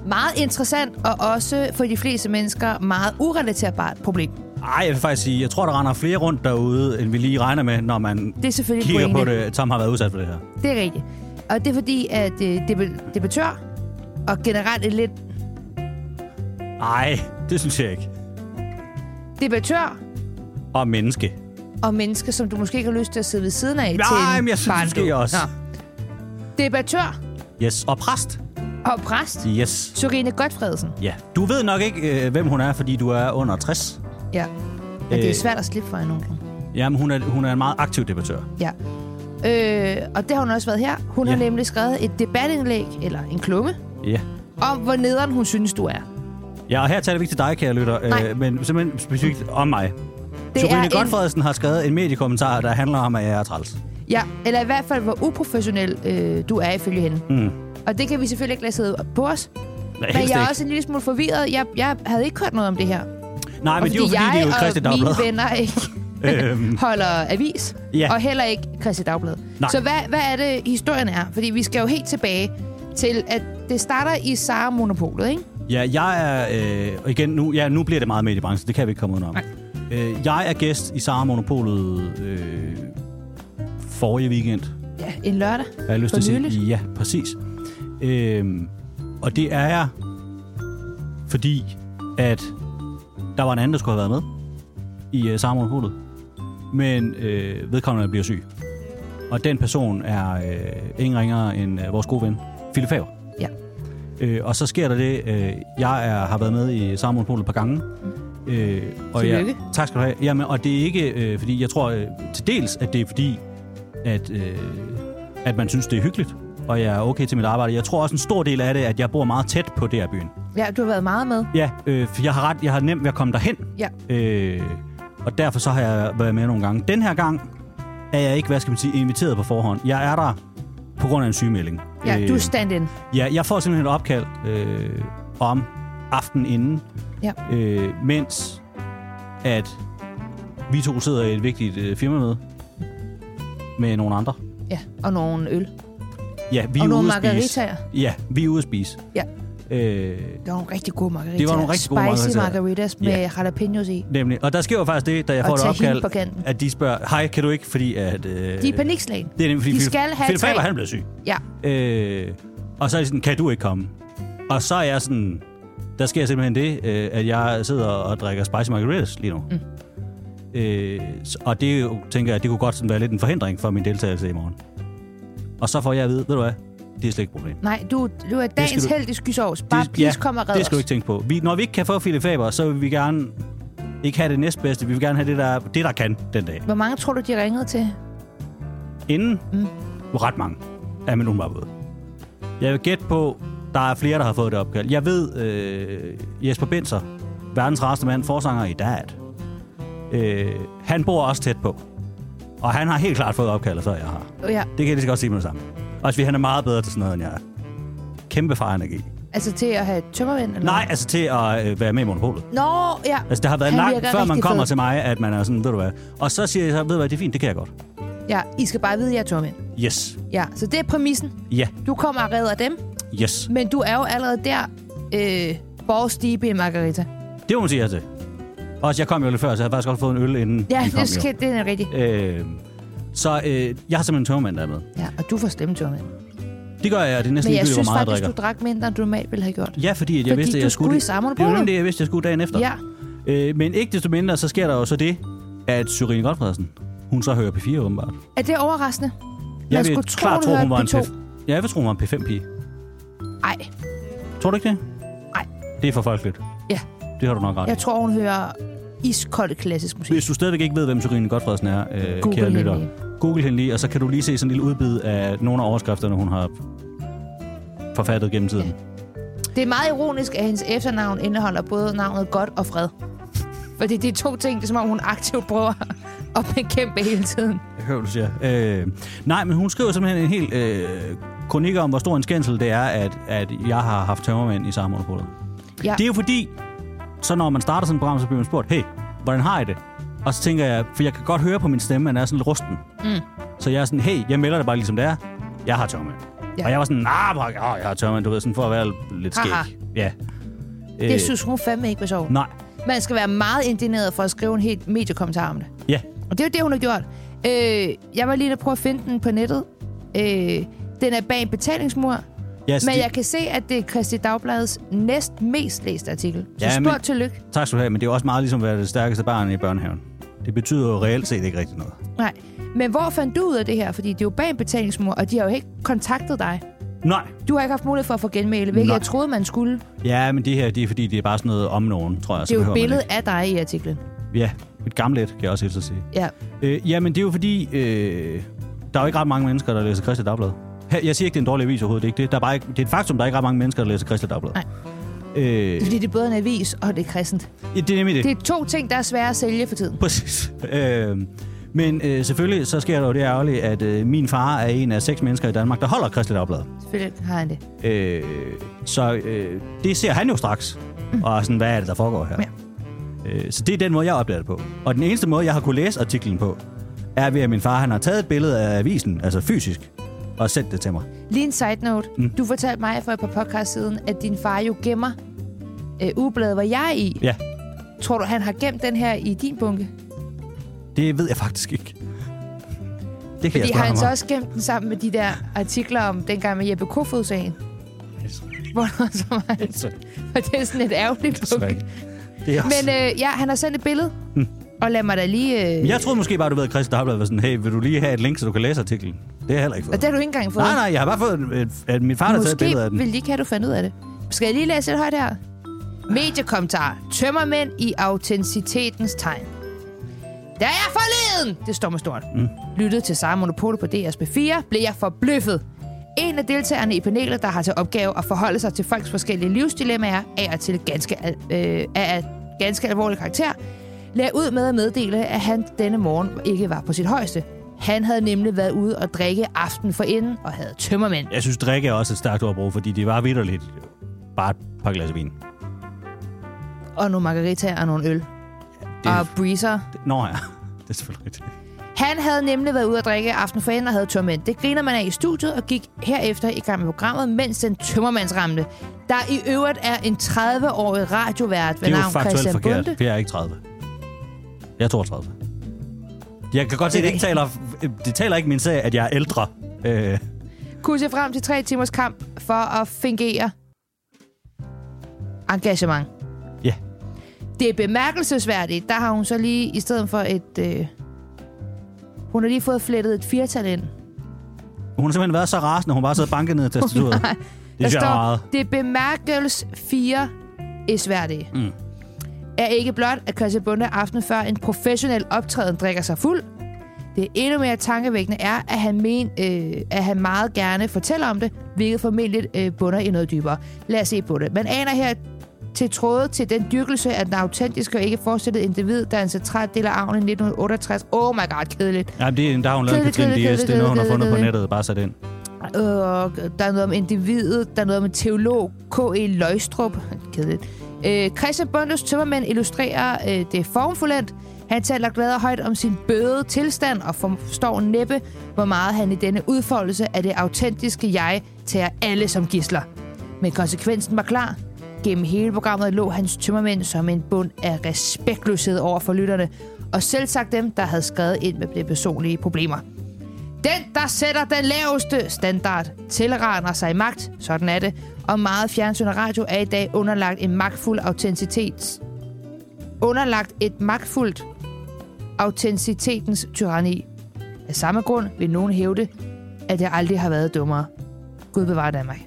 meget interessant og også for de fleste mennesker meget urelaterbart problem.
Ej, jeg vil faktisk sige, jeg tror, der render flere rundt derude, end vi lige regner med, når man
Det er selvfølgelig
kigger på
pointen.
det, som har været udsat for det her.
Det er rigtigt. Og det er fordi, at øh, det er debattør og generelt et lidt
Ej, det synes jeg ikke.
debattør
Og menneske.
og mennesker, som du måske ikke har lyst til at sidde ved siden af til
Nej,
en
men jeg synes
barndåb.
måske også.
Nå. Debattør
Yes, og præst.
og præst,
Yes.
Sorine Godfredsen.
Ja. Du ved nok ikke, øh, hvem hun er, fordi du er under 60.
Ja. Men det er
Øh.
svært at slippe for hende nogle gange.
Jamen, hun er, hun er en meget aktiv debattør.
Ja. Øh, og det har hun også været her. Hun ja. har
Ja.
nemlig skrevet et debatindlæg, eller en klumme,
Ja.
om hvor nederen hun synes, du er.
Ja, og her taler vi ikke til dig, kære lytter,
Nej.
øh, men simpelthen specifikt om mig.
Det
Sorine
er en,
Godfredsen har skrevet en mediekommentar, der handler om, at jeg er træls. Hmm.
ja, eller i hvert fald, hvor uprofessionel øh, du er ifølge hende.
Mm.
Og det kan vi selvfølgelig ikke lade sidde på os.
Nej,
Men
helst
jeg er
ikke.
også en lille smule forvirret. Jeg, jeg havde ikke hørt noget om det her. Og
Nej, men det er jo fordi,
jeg
det er jo Christian
og
Dagblad.
mine venner ikke
Øhm,
holder avis,
Ja.
og heller ikke Christi Dagblad.
Nej.
Så hvad, hvad er det, historien er? Fordi vi skal jo helt tilbage til, at det starter i Sara-monopolet, ikke?
ja, jeg er... Øh, og igen, nu, ja, nu bliver det meget mediebranchen. Det kan vi ikke komme udenom.
Nej.
Øh, jeg er gæst i Sara Monopolet øh, forrige weekend.
Ja, en lørdag.
har jeg lyst
For
til at sige.
nyligt?
Ja, præcis. Øhm, og det er jeg, fordi at der var en anden, der skulle have været med i øh, Samarmonopolet. Men øh, vedkommende bliver syg. Og den person er øh, ingen ringere end øh, vores gode ven, Philip Favre.
Ja.
Øh, og så sker der det, øh, jeg er, har været med i Samarmonopolet et par gange. Øh, og jeg,
Tillykke.
tak skal du have. Jamen, og det er ikke, øh, fordi jeg tror øh, til dels, at det er fordi, at, øh, at man synes, det er hyggeligt, og jeg er okay til mit arbejde. Jeg tror også, en stor del af det, er, at jeg bor meget tæt på der byen.
Ja, du har været meget med.
Ja, øh, for jeg har ret, jeg har nemt ved at komme derhen.
Ja.
Øh, og derfor så har jeg været med nogle gange. Den her gang er jeg ikke, hvad skal man sige, inviteret på forhånd. Jeg er der på grund af en sygemelding.
Ja,
Øh,
du er stand-in.
Ja, jeg får simpelthen et opkald øh, om aftenen inden,
Ja.
øh, mens at vi to sidder i et vigtigt øh, firmamøde med nogle andre.
Ja, og nogle øl.
Ja, vi
Og
er
nogle
ude at spise.
margaritaer.
Ja, vi er ude at spise.
Ja.
Øh,
Det var nogle rigtig gode margaritas.
Det var nogle rigtig gode margaritas.
Spicy margaritas med
Ja. Øh,
yeah. jalapenos i.
nemlig. Og der sker jo faktisk det, da jeg
Og
får et
tahin
opkald,
på kanten.
at de spørger, hej, kan du ikke, fordi at... Øh, de
De er panikslagen.
Det er nemlig, fordi
De
Philip-
skal have
Philip
tre.
Faber, han blev syg.
Ja.
Øh, og så er de sådan, kan du ikke komme? Og så er jeg sådan, der sker simpelthen det, øh, at jeg sidder og drikker spicy margaritas lige nu. Mm. Øh, s- og det er jo, tænker jeg, det kunne godt sådan være lidt en forhindring for min deltagelse i morgen. Og så får jeg at vide, ved du hvad, det er slet ikke et problem.
Nej, du, du er dagens
du-
held i skysovs. Bare
det,
please kom og red
det skal du
os.
ikke tænke på. Vi, når vi ikke kan få Philip Faber, så vil vi gerne ikke have det næstbedste. Vi vil gerne have det, der, det, der kan den dag.
Hvor mange tror du, de ringede til?
Inden mm. ret mange er min umiddelbare bud. Jeg vil gætte på, der er flere, der har fået det opkald. Jeg ved, øh, Jesper Binser, verdens rareste mand, forsanger i DAT, øh, han bor også tæt på. Og han har helt klart fået opkald, så jeg har.
Øh, Ja,
Det kan jeg lige så godt sige med det samme. Også fordi han er meget bedre til sådan noget, end jeg er. Kæmpe far energi.
altså til at have tømmervend? Eller
Nej, altså til at øh, være med i monopolet.
hvad? Nå, ja.
Altså, det har været
Han
langt,
virker
før man
rigtig
kommer
fed.
til mig, at man er sådan, ved du hvad. Og så siger jeg så, ved du hvad, det er fint, det kan jeg godt.
Ja, I skal bare vide, at jeg er tømmervend.
Yes.
Ja, så det er præmissen.
Ja.
Du kommer og redder dem,
Yes.
men du er jo allerede der øh, borgstibe i Margarita.
Det må man sige ja til. Også jeg kom jo lidt før, så jeg havde faktisk også fået en øl inden
Ja,
I kom,
det,
jo.
skal, det er rigtigt.
Øh, så øh, jeg har simpelthen en tømmermand, der er med.
Ja, og du får slemme tømmervend.
Altså, Det gør jeg, og det er næsten
Men jeg
ligegyldigt, hvor
synes
meget jeg
faktisk,
drikker.
du drak mindre, end du normalt ville have gjort.
Ja, fordi at jeg
Fordi
vidste, at
du
jeg
skulle
skulle...
i samme
det var
monopolet.
nemlig det, jeg vidste, jeg skulle dagen efter.
Ja,
Øh, men ikke desto mindre, så sker der jo så det, at Syrine Godfredsen, hun så hører P4 åbenbart.
er det overraskende?
Jeg
skulle
vil
tro,
klart
hun
tro, hun
hørte
var en
P2.
P... Ja, jeg vil tro, hun var en P5-pige.
Nej,
Tror du ikke det?
Nej.
Det er for folkeligt.
Ja.
Det har du nok ret i.
jeg tror, hun hører iskold klassisk musik.
Hvis du stadigvæk ikke ved, hvem Syrine Godfredsen er, øh,
Google
kære
hende
lytter,
lige.
google hende lige, og så kan du lige se sådan en lille udbid af nogle af overskrifterne, hun har forfattet gennem tiden.
Det er meget ironisk, at hendes efternavn indeholder både navnet Godt og Fred. Fordi det er to ting, det er som om hun aktivt prøver at bekæmpe hele tiden.
Jeg hører, hvad du siger. Øh, nej, men hun skriver simpelthen en hel øh, kronik om, hvor stor en skændsel det er, at, at jeg har haft tømmermænd i samme monopolet.
Ja.
Det er jo fordi, så når man starter sådan et program, så bliver man spurgt, hey, hvordan har I det? Og så tænker jeg, for jeg kan godt høre på min stemme, at den er sådan lidt rusten. Mm. Så jeg er sådan, hey, jeg melder det bare ligesom det er. Jeg har tørmand. Ja.
Ja.
Og jeg var sådan, ah, hvor- ah, jeg har tørmand, du ved, sådan for at være lidt skæg.
Haha.
Ja. Øh,
Det synes hun fandme ikke var sjovt.
Nej.
Man skal være meget indineret for at skrive en helt mediekommentar om det.
Ja.
Og det er jo det, hun har gjort. Øh, jeg var lige der prøve at finde den på nettet. Øh, den er bag en betalingsmur.
ja så
Men
de-
jeg kan se, at det er Christi Dagbladets næst mest læste artikel. Så
Ja,
ja,
men-
stort men... tillykke.
Tak skal du have, men det er jo også meget ligesom at være det stærkeste barn i børnehaven. Det betyder jo reelt set ikke rigtig noget.
Nej. Men hvor fandt du ud af det her? Fordi det er jo bag en betalingsmur, og de har jo ikke kontaktet dig.
Nej.
Du har ikke haft mulighed for at få genmæle, hvilket
Nej.
Nej. jeg troede, man skulle. Det
Ja, men det her, det er fordi, det er bare sådan noget om nogen, tror jeg. så
er jo et
behøver man
billede af dig i artiklen.
Ikke. Ja, et gammelt et, kan jeg også helt så sige.
Ja.
Øh, jamen, det er jo fordi, øh, der er jo ikke ret mange mennesker, der læser Kristelig Dagblad. Her, jeg siger ikke, det er en dårlig avis overhovedet, det er ikke det. Der er bare ikke, det er et faktum, der er ikke ret mange mennesker, der læser Kristelig Dagblad.
Nej.
Øh,
Fordi det er både en avis, og det er kristent.
ja, det er nemlig det.
Det er to ting, der er svære at sælge for tiden.
Præcis. Øh, men øh, selvfølgelig, så sker der jo det ærgerlige, at øh, min far er en af seks mennesker i Danmark, der holder Kristelig Dagblad.
Selvfølgelig har han det.
Øh, så øh, det ser han jo straks.
Mm.
Og er sådan, hvad er det, der foregår her? Øh, så det er den måde, jeg opdager det på. Og den eneste måde, jeg har kunne læse artiklen på, er ved, at min far han har taget et billede af avisen, altså fysisk, og sendt det til mig.
Lige en side note. Mm. Du fortalte mig for et par podcast siden, at din far jo gemmer øh, ugebladet, hvor jeg er i.
Ja,
Tror du, han har gemt den her i din bunke?
det ved jeg faktisk ikke. Det kan
Fordi
jeg spørge
har han
ham
så
om.
også gemt den sammen med de der artikler om dengang med Jeppe Kofod-sagen? Hvor der så var Og det er sådan et ærgerligt
Sorry.
bunke.
Det er også...
Men øh, ja, han har sendt et billede. Mm. Og lad mig da lige... Øh,
Jeg troede måske bare, du ved, at Christian Dagblad var sådan, hey, vil du lige have et link, så du kan læse artiklen? Det har jeg heller ikke
Og
fået.
det har du ikke engang fået.
Nej, nej, jeg har bare fået, at- at min far har taget et billede af
Måske
den.
vil de ikke have, at du fandt ud af det. Skal jeg lige læse lidt højt her? Mediekommentar. Tømmermænd i autenticitetens tegn. Da jeg forleden, det står med stort, mm. lyttede til Sara Monopole på DR's B4, blev jeg forbløffet. En af deltagerne i panelet, der har til opgave at forholde sig til folks forskellige livsdilemmaer, af og til ganske, al- øh, af, af ganske alvorlig karakter, lagde ud med at meddele, at han denne morgen ikke var på sit højeste. Han havde nemlig været ude og drikke aften for inden og havde tømmermænd.
Jeg synes, drikke er også et stærkt ord at bruge, fordi det var vidderligt bare et par glas vin.
og nogle margaritaer og nogle øl.
Det,
Og breezer.
Nå ja, det er selvfølgelig rigtigt.
Han havde nemlig været ude at drikke aften for enden og havde tømmermænd. Det griner man af i studiet og gik herefter i gang med programmet, mens den tømmermandsramte Der i øvrigt er en 30-årig radiovært ved
Det er jo
navn
faktuelt
Christian
forkert.
Bunde.
Jeg er ikke 30. Jeg er 32. Jeg kan godt se, at det ikke taler, det taler ikke min sag, at jeg er ældre. Øh,
Kunne se frem til tre timers kamp for at fingere engagement.
Ja.
Det er bemærkelsesværdigt. Der har hun så lige, i stedet for et... Øh, hun har lige fået flettet et firtal ind.
hun har simpelthen været så rasende, hun bare sad banket ned i tastaturet. det
Der
synes jeg er meget.
står, det er bemærkels 4 isværdige. Mm. Er ikke blot, at Christian Bunde aftenen før en professionel optræden drikker sig fuld. Det endnu mere tankevækkende er, at han, men, øh, at han meget gerne fortæller om det, hvilket formentlig øh, bunder i noget dybere. Lad os se på det. Man aner her til tråde til den dyrkelse af den autentiske og ikke forestillede individ, der er en central del af arven i 1968. Oh my god, kedeligt.
Ja, det, er- der har hun lavet en
Kedelig,
Katrine
kedelig,
Dias. Det er
kedelig,
noget, hun har fundet på
kedelig.
nettet. Bare sat ind.
Øh, der er noget om individet, der er noget om teolog, K.E. Løjstrup. Kedeligt. Øh, Christian Bundes tømmermænd illustrerer øh, det formfuldendt. Han taler glad og højt om sin bøde tilstand og forstår næppe, hvor meget han i denne udfoldelse af det autentiske jeg tager alle som gidsler. Men konsekvensen var klar. Gennem hele programmet lå hans tømmermænd som en bund af respektløshed over for lytterne, og selv sagt dem, der havde skrevet ind med det personlige problemer. Den, der sætter den laveste standard, tilraner sig i magt. Sådan er det. Og meget fjernsyn og radio er i dag underlagt en magtfuld autentitets... Underlagt et magtfuldt autentitetens tyranni. Af samme grund vil nogen hævde, at jeg aldrig har været dummere. Gud bevare Danmark.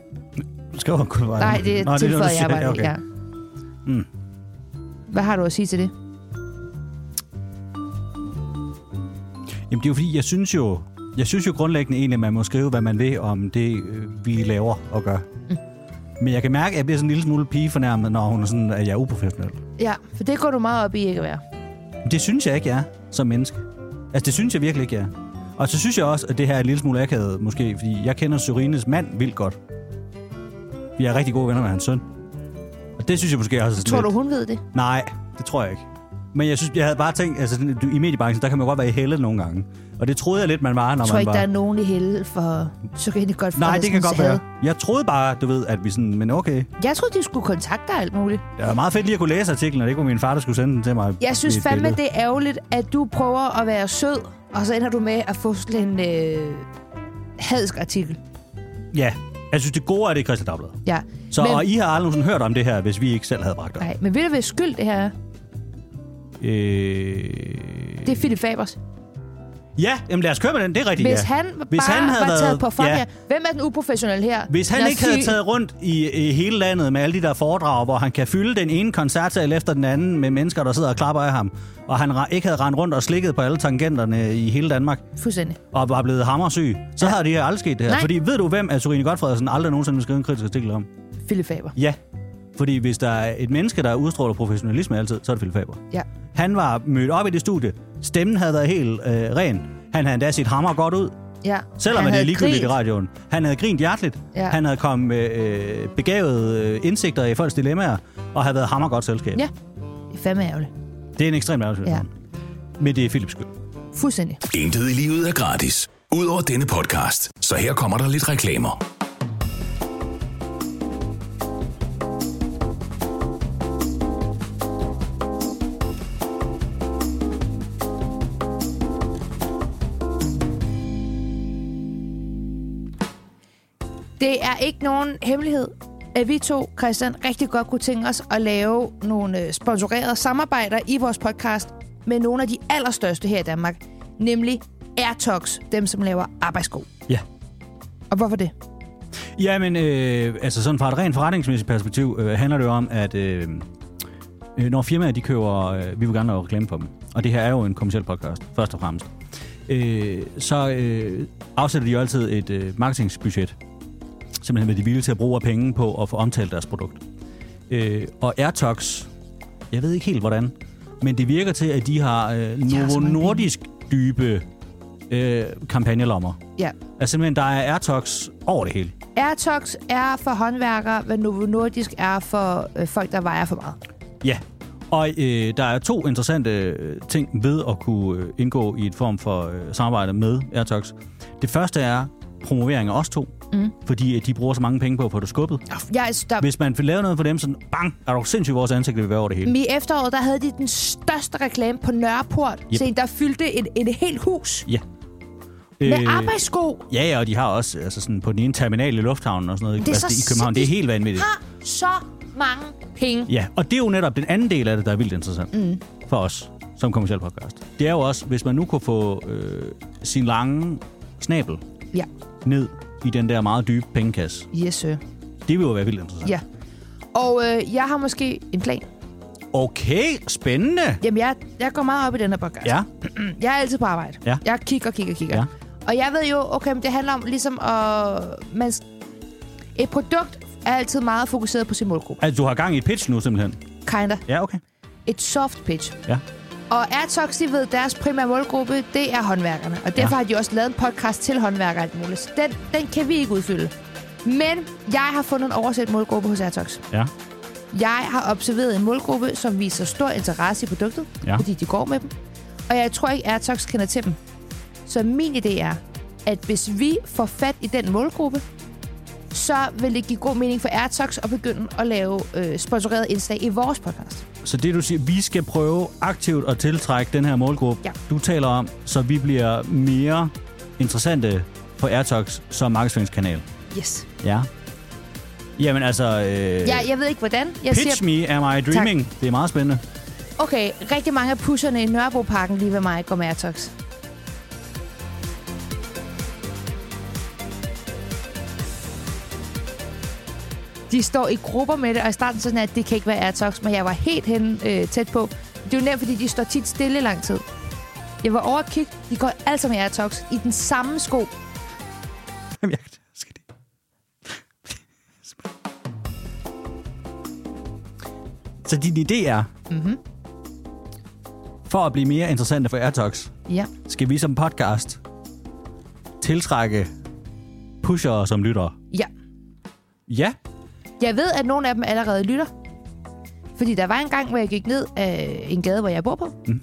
Skal hun kunne være-
Nej, det
Nå,
er
du
tilføjet
siger.
jeg
Okay.
bare. Okay. Ja.
Mm.
Hvad har du at sige til det?
Jamen, det er jo fordi, jeg synes jo, jeg synes jo grundlæggende egentlig, at man må skrive, hvad man vil om det, øh, vi laver og gør.
Mm.
Men jeg kan mærke, at jeg bliver sådan en lille smule pige fornærmet, når hun er sådan, at jeg er uprofessionel.
Ja, for det går du meget op i ikke at være.
Men Det synes jeg ikke, jeg er som menneske. Altså, det synes jeg virkelig ikke, jeg er. Og så synes jeg også, at det her er en lille smule akavet, måske, fordi jeg kender Sørines mand vildt godt. Vi er rigtig gode venner med hans søn. Og det synes jeg måske også er sådan
Tror
lidt-
du, hun ved det?
Nej, det tror jeg ikke. Men jeg synes, jeg havde bare tænkt, altså sådan, du- i mediebranchen, der kan man godt være i hældet nogle gange. Og det troede jeg lidt, man var, når
Jeg tror
man
ikke,
var...
der er nogen i helle for... Så kan det godt for
Nej,
at
det kan
sådan
godt være.
had.
Jeg troede bare, du ved, at vi sådan, men okay.
Jeg troede, de skulle kontakte dig og alt muligt.
Det var meget fedt lige at kunne læse artiklen, og det ikke var min far, der skulle sende den til mig.
Jeg synes
i et
fandme,
billede.
det er ærgerligt, at du prøver at være sød, og så ender du med at få sådan en øh, hadsk artikel.
Ja, jeg synes, det gode er det er Christian Dagblad.
Ja.
Så men...
men,
og I har aldrig nogensinde hørt om det her, hvis vi ikke selv havde bragt det. op.
nej, men ved du, hvad skyld det her er?
Øh...
Det er Philip Fabers.
Ja, jamen lad os køre med den, det er rigtigt,
Hvis
ja.
han
hvis
bare
han havde
var
været...
taget på fuck
ja.
ja. Hvem er den uprofessionelle her?
Hvis han
Når
ikke havde
Phi-
taget rundt i, i hele landet med alle de der foredrag, hvor han kan fylde den ene koncertsal efter den anden med mennesker, der sidder og klapper af ham, og han ra- ikke havde rendt rundt og slikket på alle tangenterne i hele Danmark,
Fuldstændig.
og var blevet hammersyg, så ja. havde det her aldrig sket det her.
Nej.
Fordi ved du, hvem at Sorine Godfredsen aldrig nogensinde vil skrive en kritisk artikel om?
Philip Faber.
Ja. Fordi hvis der er et menneske, der udstråler professionalisme altid, så er det Philip Faber.
Ja.
Han var mødt op i det studie. Stemmen havde været helt øh, ren. Han havde endda sit hammer godt ud.
ja.
Selvom
Han
han det er
havde
ligegyldigt i
grint.
radioen. Han havde grint hjerteligt.
Ja.
Han havde kommet med øh, begavede øh, indsigter i folks dilemmaer, og havde været hammergodt selskab.
Ja. Det er fandme ærgerligt.
Det er en ekstrem ærgerlig
Ja.
situation. Men det er Philips skyld.
Fuldstændig.
Intet i livet er gratis. Udover denne podcast. Så her kommer der lidt reklamer.
Det er ikke nogen hemmelighed, at vi to, Christian, rigtig godt kunne tænke os at lave nogle øh, sponsorerede samarbejder i vores podcast med nogle af de allerstørste her i Danmark, nemlig Airtox, dem som laver arbejdssko.
Ja.
Og hvorfor det?
Jamen, øh, altså sådan fra et rent forretningsmæssigt perspektiv, øh, handler det jo om, at øh, øh, når firmaer de køber, øh, vi vil gerne lave reklame for dem, og det her er jo en kommersiel podcast, først og fremmest, øh, så øh, afsætter de jo altid et øh, marketingbudget, simpelthen hvad de er villige til at bruge af penge på at få omtalt deres produkt. Øh, og Airtox, jeg ved ikke helt hvordan, men det virker til, at de har øh, Novo
mange penge.
Nordisk dybe øh, kampagnelommer.
Ja.
Altså simpelthen, der er Airtox over det hele.
Airtox er for håndværkere, hvad Novo Nordisk er for øh, folk, der vejer for meget.
Ja, og øh, der er to interessante øh, ting ved at kunne øh, indgå i et form for øh, samarbejde med Airtox. Det første er, promovering af os to, mm. fordi at de bruger så mange penge på at få det skubbet.
Jeg, altså, der,
Hvis man vil lave noget for dem, sådan bang, er du sindssygt vores ansigt, det vil være over det hele.
I efteråret, der havde de den største reklame på Nørreport. Yep.
Yep.
Se, der fyldte et, et helt hus
Ja.
med arbejdssko.
Ja, ja, og de har også altså sådan, på den ene terminal i lufthavnen og sådan noget.
Det
Det
er
er altså,
så
I København, det er
sindssygt.
helt vanvittigt.
Har så mange penge.
Ja, og det er jo netop den anden del af det, der er vildt interessant mm. for os som kommersiel podcast. Det er jo også, hvis man nu kunne få øh, sin lange snabel
Ja.
ned i den der meget dybe pengekasse.
Yes, sir.
Det ville jo være vildt interessant.
Ja. Og øh, jeg har måske en plan.
Okay, spændende.
Jamen, jeg, jeg går meget op i den her podcast.
Ja,
Jeg er altid på arbejde.
Ja.
Jeg kigger, kigger, kigger.
Ja.
Og jeg ved jo, okay, men det handler om ligesom at... Man, et produkt er altid meget fokuseret på sin målgruppe.
altså du har gang i et pitch nu simpelthen.
Kinda.
Ja, okay.
Et soft pitch.
Ja.
Og Airtox, de ved, deres primære målgruppe, det er håndværkerne. Og derfor ja.
Ja.
har de også lavet en podcast til håndværkere og alt muligt. Så den, den kan vi ikke udfylde. Men jeg har fundet en oversæt målgruppe hos Airtox.
Ja,
Jeg har observeret en målgruppe, som viser stor interesse i produktet, ja.
Ja.
fordi de går med dem. Og jeg tror ikke, Airtox kender til dem. Så min idé er, at hvis vi får fat i den målgruppe, så vil det give god mening for Airtox at begynde at lave øh, sponsoreret indslag i vores podcast.
så det du siger, vi skal prøve aktivt at tiltrække den her målgruppe,
Ja.
du taler om, så vi bliver mere interessante på Airtox som markedsføringskanal.
Yes.
Ja. Jamen altså, øh,
Jeg, jeg ved ikke, hvordan. Jeg
pitch
siger,
me, am I dreaming? Det er meget spændende.
okay, rigtig mange af pusherne i Nørrebroparken lige ved mig går med Airtox. De står i grupper med det, og i starten sådan, at det kan ikke være Airtox, men jeg var helt hen øh, tæt på. Det er jo nemt, fordi de står tit stille i lang tid. Jeg var over at kigge, de går alle sammen i Airtox i den samme sko.
Jamen, jeg skal det. Så din idé er, mm-hmm.
Mhm.
for at blive mere interessante for Airtox,
Ja.
skal vi som podcast tiltrække pushere som lyttere.
Ja.
Ja,
Jeg ved, at nogle af dem allerede lytter. Fordi der var en gang, hvor jeg gik ned af en gade, hvor jeg bor på. Mm.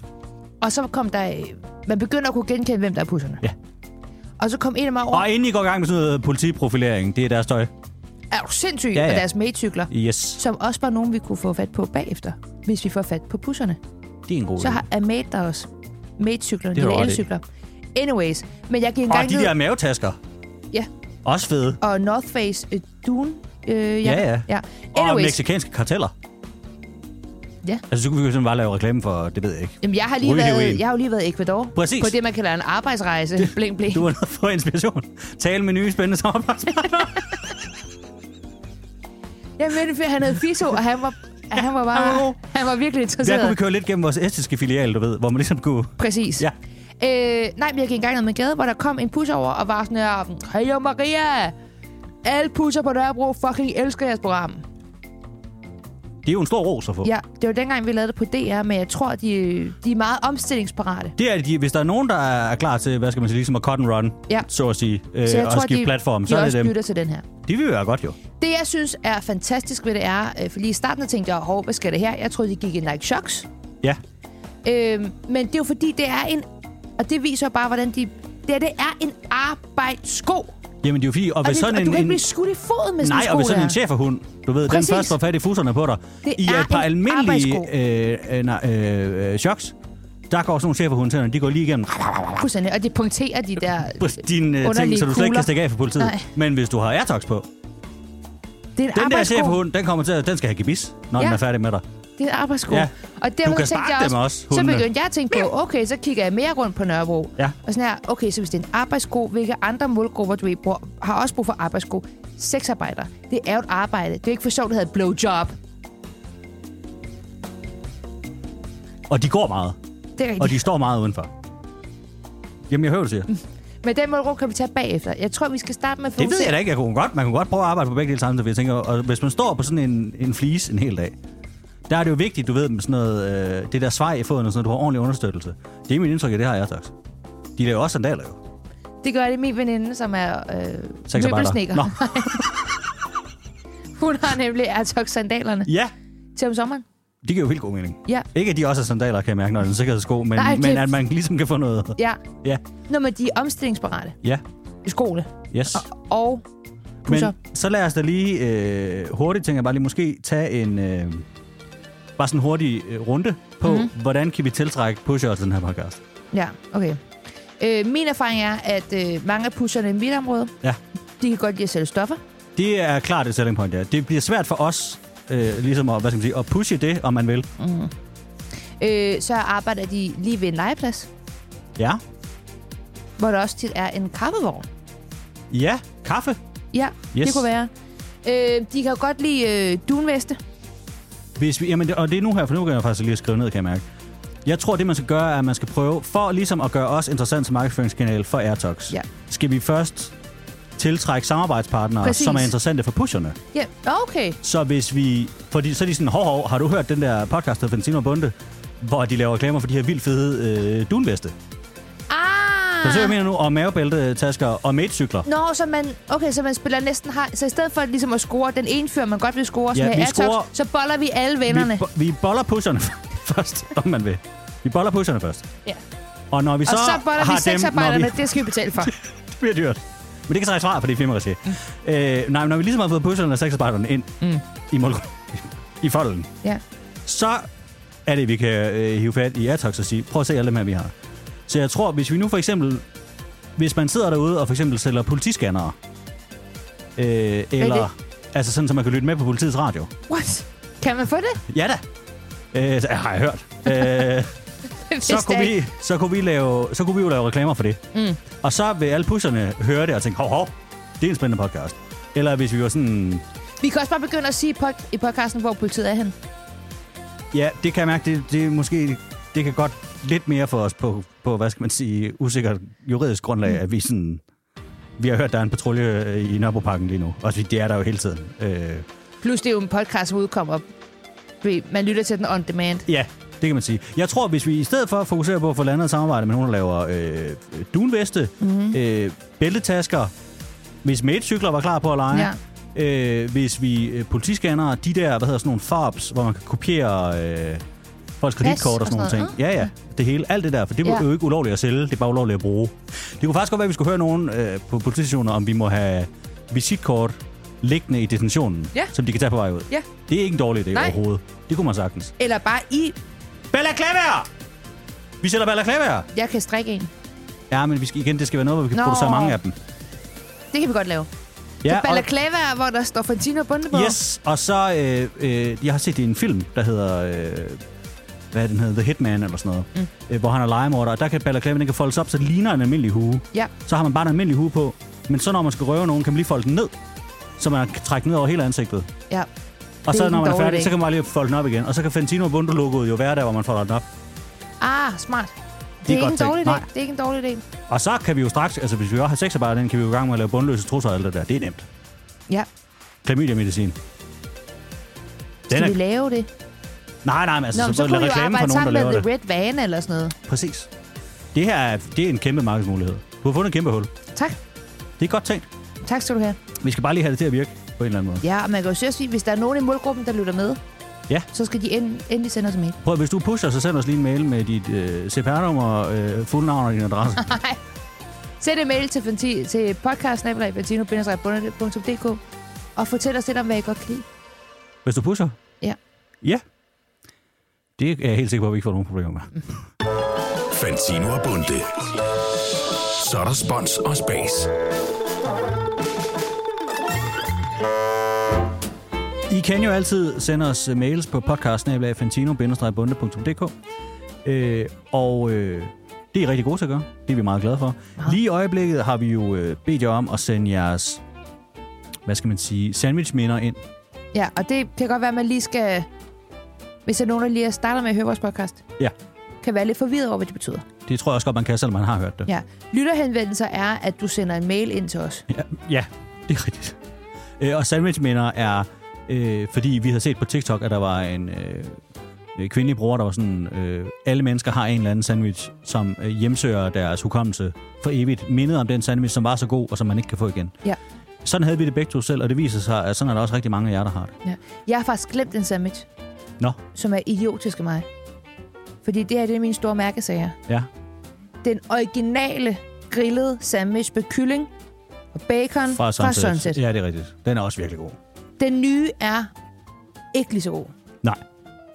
Og så kom der... øh, Man begynder at kunne genkende, hvem der er pusherne.
Ja.
Og så kom en af mig over.
og inden I går i gang med sådan noget politiprofilering, det er deres støj.
Er du sindssyg?
Ja,
Og
ja.
deres medcykler.
Yes,
Som også var nogen, vi kunne få fat på bagefter. Hvis vi får fat på pusherne.
det er en god
Så
idé.
har er made der også. Made-cyklerne,
Det er
de der
jo ret i.
elcykler. Anyways, men jeg gik en
Og
gang
de
ned,
der mavetasker,
ja,
også fede.
og North Face øh, Dune. Øh, jakke.
ja.
ja.
Og
Anyways,
meksikanske karteller.
Ja.
Altså, så kunne vi jo simpelthen bare lave reklame for, det ved jeg ikke.
Jamen, jeg har, lige
Ryge
været,
heroin.
jeg har jo lige været i Ecuador.
Præcis.
På det, man kalder en arbejdsrejse. Bling, bling.
Du var nødt for inspiration. Tale med nye spændende samarbejdspartnere.
Jeg mødte en fyr, han hed Fiso, og han var, han var
han var
bare...
god.
Han var virkelig
Der kunne vi
interesseret.
køre lidt gennem vores estiske filial, du ved, hvor man ligesom kunne...
Præcis.
Ja.
Øh, nej, men jeg gik engang ned med gade, hvor der kom en pusher over og var sådan her... Hej, jo, Maria! Alle pusher på Nørrebro fucking elsker jeres program.
Det er jo en stor ros at få.
Ja, det var dengang, vi lavede det på DR, men jeg tror, de, de er meget omstillingsparate.
Det er, de, hvis der er nogen, der er klar til, hvad skal man sige, ligesom at cut and run,
Ja.
så at sige, øh,
Så jeg
og
tror,
skifte
de,
platform,
de
så er det
også
dem.
lytter til den her.
Det vil jo være godt, jo.
Det, jeg synes er fantastisk ved det er, øh, fordi i starten tænkte jeg, hov, hvad skal det her? Jeg troede, de gik i Nike Shocks.
Ja.
Øhm, men det er jo fordi, det er en... Og det viser jo bare, hvordan de... Det, her, det er en arbejdssko. Og,
Jamen, det er jo fint. Og, hvis
det,
sådan
og
en,
du kan ikke
en,
blive skudt i foden med sådan
Nej,
en sko
og hvis sådan
der.
en cheferhund, du ved,
Præcis.
den først får fat i fusserne på dig.
Det
I
er
et par
en
almindelige
arbejdssko.
øh, øh, nej, øh, øh, choks, der går sådan nogle cheferhunde til, de går lige igennem
Fuldstændig. Og de punkterer de der...
på dine øh, ting,
Underlige
så du slet ikke
kugler.
kan stikke af for politiet.
Nej.
Men hvis du har Airtox på,
Det er en
den der
arbejdssko.
cheferhund, den kommer til at, den skal have gebis, når
Ja.
ja. den er færdig med dig.
Det er en arbejdssko.
Ja.
Og derfor
kan
tænkte
spare
jeg også,
dem også,
så
hundene.
begyndte jeg at tænke på, okay, så kigger jeg mere rundt på Nørrebro.
Ja.
Og sådan her, okay, så hvis det er en arbejdssko, hvilke andre målgrupper, du ikke bruger, har også brug for arbejdssko. Sexarbejder, det er jo et arbejde. Det er jo ikke for sjovt, det hedder blowjob.
Og de går meget,
Det er rigtigt.
og de står meget udenfor. Jamen, jeg hører, du siger.
Men den målgruppe kan vi tage bagefter. Jeg tror, vi skal starte med at
Det ved jeg
fokusere-
da ikke. Jeg kunne godt, man kunne godt prøve at arbejde på begge dele samtidig, for jeg tænker, og hvis man står på sådan en, en fleece en hel dag, der er det jo vigtigt, du ved, med sådan noget, øh, det der svej i foden og sådan noget, du har ordentlig understøttelse. Det er mit indtryk, at det har Airtox. De laver også sandaler jo.
Det gør det min veninde, som er øh,
Sexarbejder.
møbelsnedker. Hun har nemlig Airtox sandalerne
ja,
til om sommeren.
det giver jo helt god mening.
Ja.
Ikke, at de også har sandaler, kan jeg mærke, når det er en sikkerhedssko, men,
Nej,
Nej,
det-
men at man ligesom kan få noget...
Ja.
Ja,
Nå, men de er omstillingsparate
ja,
i skoene.
Yes.
og pusser.
Men så lad os da lige øh, hurtigt, tænker jeg bare lige måske, tage en øh, bare sådan en hurtig øh, runde på,
Mhm.
mm-hmm. hvordan kan vi tiltrække pushers i den her podcast?
Ja, okay. Øh, min erfaring er, at øh, mange af pusherne i mit område,
Ja.
de kan godt lide at sælge stoffer.
Det er klart et selling point, ja. Det bliver svært for os, øh, ligesom at, hvad skal man sige, at pushe det, om man vil.
Øh, så arbejder de lige ved en legeplads,
Ja.
hvor der også tit er en kaffevogn.
Ja. Kaffe.
Ja, yes.
Yes.
det kunne være. Øh, de kan jo godt lide øh, dunveste.
Hvis vi, jamen, det- og det er nu her, for nu kan jeg faktisk lige skrive ned, kan jeg mærke. Jeg tror, det man skal gøre, er, at man skal prøve, for ligesom at gøre os interessant som markedsføringskanal for Airtox,
Ja.
skal vi først tiltrække samarbejdspartnere,
Præcis.
som er interessante for pusherne.
Ja, okay.
Så hvis vi... Fordi så er de sådan, hov, hov, har du hørt den der podcast af Fentino Bunde? Hvor de laver reklamer for de her vildt fede øh, dunveste. Ah.
Ah!
Så jeg mener nu, og mavebæltetasker og matecykler.
Nå, så man, okay, så man spiller næsten har, så i stedet for ligesom at score den ene fyr, man godt vil score, som
Ja,
er
vi
Atox,
scorer-
så boller vi alle vennerne.
Vi, bo- vi boller pusherne først, om man vil. Vi boller pusherne først.
ja.
Og når vi
Og
så,
så boller
har
vi
dem,
sexarbejderne,
når
vi... det skal vi betale for.
vi, det bliver dyrt. Men det kan så jeg svare, fordi det er firmaregi. Øh, nej, men når vi ligesom har fået pusherne og sexarbejderne ind mm. i, mål, i folden,
ja.
så er det, vi kan øh, hive fat i Atox og sige, prøv at se alle dem her, vi har. Så jeg tror, hvis vi nu for eksempel, hvis man sidder derude og for eksempel sælger politiscannere, øh, eller, altså sådan, så man kan lytte med på politiets radio.
What? Kan man få det?
Ja da! Øh, så, har jeg hørt. Øh, så, kunne vi, så, kunne vi lave, så kunne vi jo lave reklamer for det. Mm. Og så vil alle pusherne høre det og tænke, hov, hov, det er en spændende podcast. Eller hvis vi var sådan,
vi kan også bare begynde at sige i pod- i podcasten, hvor politiet er henne.
Ja, det kan jeg mærke. Det, det, er måske, det kan godt lidt mere for os på, på hvad skal man sige, usikkert juridisk grundlag, mm. at vi sådan... Vi har hørt, der er en patrulje øh, i Nørrebroparken lige nu. Og det er der jo hele tiden. Øh,
Plus, det er jo en podcast, hvor udkommer. fordi Man lytter til den on demand.
ja, det kan man sige. Jeg tror, hvis vi i stedet for at fokusere på at få landet et samarbejde med nogen, der laver øh, dunveste,
Mhm.
mm. øh, bæltetasker, hvis medcykler var klar på at lege, ja. øh, hvis vi øh, politiscannere, de der, hvad hedder sådan nogle farbs, hvor man kan kopiere øh, folks kreditkort og
og
sådan nogle
sådan
ting.
noget.
Ja, ja, det hele, alt det der, for det er
Ja.
jo ikke ulovligt at sælge, det er bare ulovligt at bruge. Det kunne faktisk godt være, at vi skulle høre nogen øh, på politistationer, om vi må have visitkort liggende i detentionen,
Ja.
som de kan tage på vej ud.
Ja.
Det er ikke en dårlig idé
Nej.
overhovedet. Det kunne man sagtens.
Eller bare i,
Balaklavaer! Vi sælger balaklavaer!
jeg kan strikke en.
Ja, men vi skal, igen, det skal være noget, hvor vi kan
Nå.
producere mange af dem.
Det kan vi godt lave.
Ja,
Ja, Balaklava, hvor der står Fantino Bundeborg.
og, yes, og så... Øh, øh, jeg har set det i en film, der hedder... Øh, hvad er den hedder? The Hitman eller sådan noget. Mm. Øh, hvor han er legemorder, og der kan balaklavaen, den kan foldes op, så det ligner en almindelig hue.
Ja.
Så har man bare en almindelig hue på. Men så når man skal røve nogen, kan man lige folde den ned, så man kan trække den ned over hele ansigtet.
ja.
Og
Det er
så
ikke
når
en
man er
dårlig
færdig,
idé.
så kan man bare lige folde den op igen. Og så kan Fantino Bundo-logoet jo være der, hvor man folder den op.
Ah, smart.
Det er
Det er, ikke
godt
en
tænkt.
dårlig idé.
Nej.
Det er ikke en dårlig idé.
Og så kan vi jo straks, altså hvis vi også har sexarbejde, den kan vi jo i gang med at lave bundløse trusser og alt det der. Det er nemt.
Ja.
Klamydia-medicin. Den
Skal vi
er,
lave det?
nej, nej, men altså,
Nå,
Nå,
men
så,
så
så
kunne vi jo
reklame for
arbejde
nogen, der
sammen med
laver det.
The Red Van eller sådan noget.
Præcis. Det her er, det er en kæmpe markedsmulighed. Du har fundet en kæmpe hul.
Tak.
Det er godt tænkt.
Tak skal du have.
Vi skal bare lige have det til at virke på en eller anden måde.
Ja, og man kan jo selv sige, hvis der er nogen i målgruppen, der lytter med,
Ja.
så skal de end, endelig sende os en mail.
Prøv, at- hvis du pusher, så send os lige en mail med dit øh, CPR-nummer, øh, fulde navn og din adresse.
Send en mail til, fanti, til podcast og fortæl os lidt om, hvad I godt kan lide.
hvis du pusher?
Ja.
Ja. Det er jeg helt sikker på, at vi ikke får nogen problemer med.
Fantino og Bunde. Så er der spons og spas.
I kan jo altid sende os øh, mails på podcast-fantino-bunde.dk øh, Og øh, det er I rigtig gode til at gøre. Det er vi meget glade for. Lige i øjeblikket har vi jo øh, bedt jer om at sende jeres, hvad skal man sige, sandwichminder ind.
Ja, og det kan godt være, at man lige skal... Hvis der er nogen, der lige er startet med at høre vores podcast,
Ja.
kan være lidt forvirret over, hvad det betyder.
Det tror jeg også godt, man kan, selvom man har hørt det.
Ja. Lytterhenvendelser er, at du sender en mail ind til os.
Ja, ja det er rigtigt. Øh, og sandwichminder er, øh, fordi vi havde set på TikTok, at der var en øh, øh, kvindelig bror, der var sådan, øh, alle mennesker har en eller anden sandwich, som øh, hjemsøger deres hukommelse for evigt. Mindet om den sandwich, som var så god, og som man ikke kan få igen.
Ja.
Sådan havde vi det begge to selv, og det viser sig, at sådan er der også rigtig mange af jer, der har det.
Ja. Jeg har faktisk glemt en sandwich,
Nå,
som er idiotisk af mig. Fordi det her, det er mine store mærkesager.
ja.
Den originale grillede sandwich med kylling, og Bacon
Fra Sunset.
Fra Sunset.
Ja, det er rigtigt. Den er også virkelig god.
Den nye er ikke lige så god.
Nej.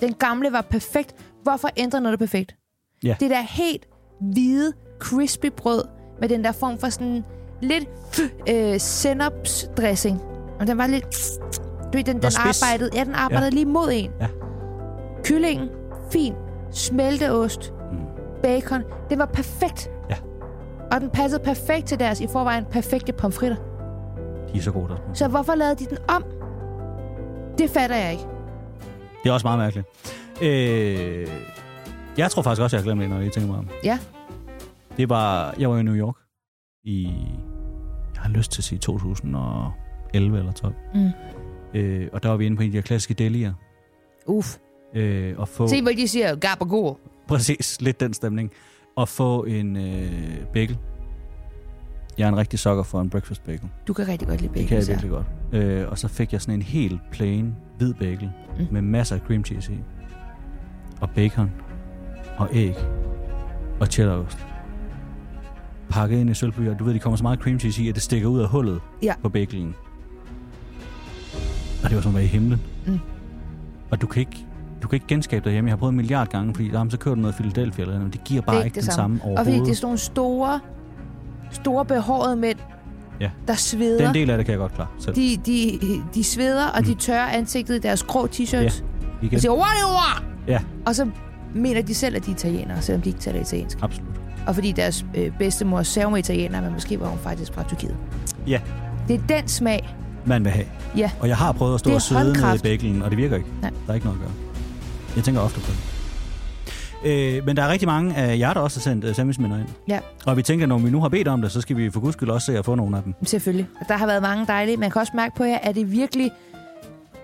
Den gamle var perfekt. Hvorfor ændre noget, der er perfekt?
Ja.
Det der helt hvide, crispy brød med den der form for sådan lidt øh, senapsdressing. Og den var lidt... Du ved, den, den
spids.
arbejdede, ja, den arbejdede ja. lige mod en.
Ja.
Kyllingen, fin, smelteost, mm. bacon. Det var perfekt.
Ja.
Og den passede perfekt til deres i forvejen perfekte pomfritter.
De er så gode, der. er sådan.
Så hvorfor lavede de den om? Det fatter jeg ikke.
Det er også meget mærkeligt. Øh, jeg tror faktisk også, jeg har glemt det, når jeg tænker mig om.
Ja.
Det var, jeg var i New York i, jeg har lyst til at sige 2011 eller 12.
Mm.
Øh, og der var vi inde på en af de her klassiske delier.
Uff.
Øh, og få,
Se, hvor de siger gabago.
præcis, lidt den stemning. Og få en øh, bagel. Jeg er en rigtig sokker for en breakfast bagel.
Du kan rigtig godt lide
Det
bacon.
kan jeg virkelig godt. Øh, og så fik jeg sådan en helt plain hvid bagel
Mm.
mm. med masser af cream cheese i. Og bacon. Og æg. Og cheddarost. Pakket ind i sølvpapir. Du ved, de kommer så meget cream cheese i, at det stikker ud af hullet
Ja.
på bagelen. Og det var som at være i himlen.
Mm.
Og du kan ikke du kan ikke genskabe det hjemme. Jeg har prøvet en milliard gange, fordi jamen, så kører du noget Philadelphia eller noget. Det giver bare
Det
det
er
ikke, den samme, samme
Og fordi
overhovedet.
det er sådan nogle store, store behårede mænd,
Ja.
der sveder.
Den del af det kan jeg godt klare selv.
De, de, de sveder, og de tørrer ansigtet i deres grå
ja.
t-shirts.
Igen.
Og siger, what do you want?
Ja,
Og så mener de selv, at de er italienere, selvom de ikke taler italiensk.
absolut.
Og fordi deres øh, bedstemor sagde, hun var italiener, men måske var hun faktisk fra Tyrkiet.
Ja,
Det er den smag.
man vil have.
Ja.
Og jeg har prøvet at
Det
stå
er
og sidde ned i
håndkraft.
bagelen, og det virker ikke.
Nej.
Der er ikke noget at gøre. Jeg tænker ofte på det. Øh, men der er rigtig mange af jer, der også har sendt uh, sandwichminder ind.
Ja,
Og vi tænker, når vi nu har bedt om det, så skal vi for guds skyld også se at få nogle af dem.
selvfølgelig. Og der har været mange dejlige. Man kan også mærke på jer, at det virkelig...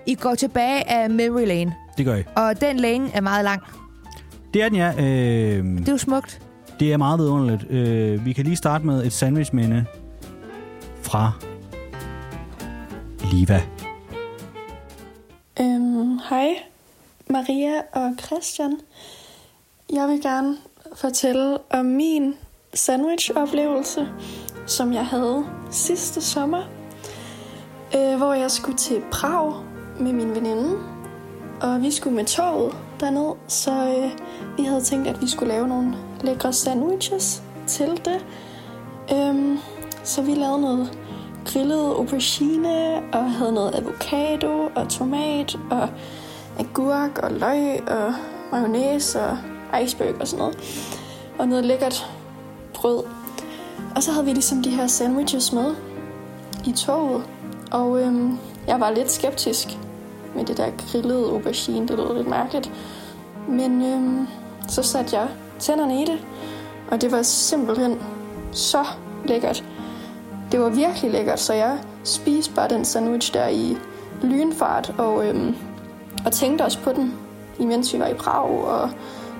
I går tilbage af memory lane.
Det gør I.
Og den lane er meget lang.
Det er den, ja. Øh,
Det er jo smukt.
det er meget vidunderligt. Øh, vi kan lige starte med et sandwichminde fra Liva.
Øhm, hej, Maria og Christian. Jeg vil gerne fortælle om min sandwich-oplevelse, som jeg havde sidste sommer, øh, hvor jeg skulle til Prag med min veninde, og vi skulle med toget derned, så øh, vi havde tænkt, at vi skulle lave nogle lækre sandwiches til det. Øhm, så vi lavede noget grillet aubergine, og havde noget avocado og tomat og agurk og løg og mayonnaise og iceberg og sådan noget. Og noget lækkert brød. Og så havde vi ligesom de her sandwiches med i toget. Og øhm, jeg var lidt skeptisk med det der grillede aubergine. Det lød lidt mærkeligt. Men øhm, så satte jeg tænderne i det, og det var simpelthen så lækkert. Det var virkelig lækkert, så jeg spiste bare den sandwich der i lynfart, og, øhm, og tænkte også på den, imens vi var i Prag, og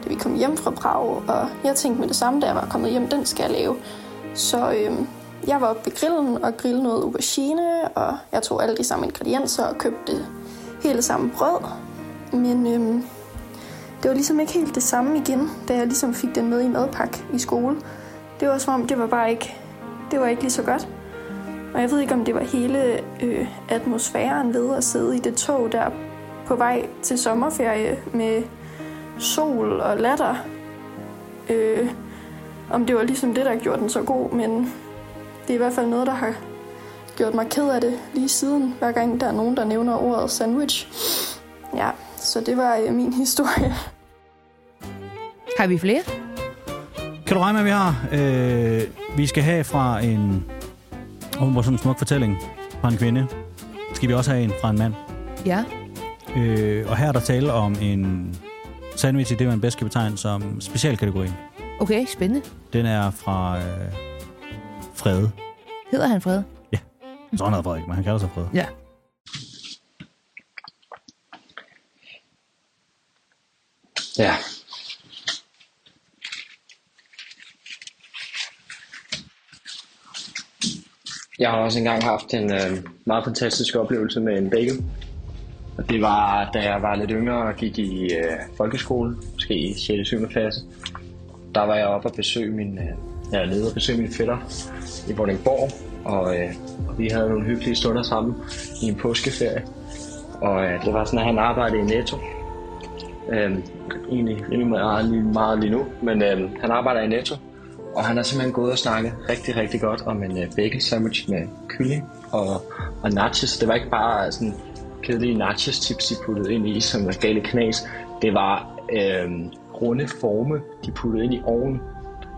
da vi kom hjem fra Prag, og jeg tænkte med det samme, da jeg var kommet hjem, den skal jeg lave. Så øhm, jeg var oppe ved grillen og grillede noget aubergine, og jeg tog alle de samme ingredienser og købte hele det samme brød. Men øhm, det var ligesom ikke helt det samme igen, da jeg ligesom fik den med i madpakke i skole. Det var som om, det var bare ikke, det var ikke lige så godt. Og jeg ved ikke, om det var hele øh, atmosfæren ved at sidde i det tog der på vej til sommerferie med sol og latter. Øh, om det var ligesom det, der gjorde den så god, men det er i hvert fald noget, der har gjort mig ked af det lige siden, hver gang der er nogen, der nævner ordet sandwich. Ja, så det var øh, min historie.
Har vi flere?
Kan du regne med, at vi har? Øh, vi skal have fra en... Åh, hvor sådan en smuk fortælling fra en kvinde. Skal vi også have en fra en mand?
Ja.
Øh, og her er der tale om en sandwich i det, man bedst kan betegne som specialkategorien.
Okay, spændende.
Den er fra øh, Frede.
Hedder han Fred?
Så han hedder Frederik, men han kalder sig Frede.
Ja.
Ja. Jeg har også engang haft en øh, meget fantastisk oplevelse med en bagel. Og det var, da jeg var lidt yngre og gik i øh, folkeskole, måske i 6. og 7. klasse. Der var jeg oppe og besøge min, øh, jeg leder og besøge min fætter i Vordingborg. og, øh, og vi havde nogle hyggelige stunder sammen i en påskeferie. Og øh, det var sådan, at han arbejdede i Netto. Øhm, egentlig rimelig meget lige, meget lige nu, men øhm, han arbejder i Netto. Og han har simpelthen gået og snakket rigtig, rigtig godt om en øh, bacon sandwich med kylling og, og nachos. Det var ikke bare øh, sådan kedelige nachos tips, de puttede ind i, som var gale knas. Det var øhm, runde forme, de puttede ind i ovnen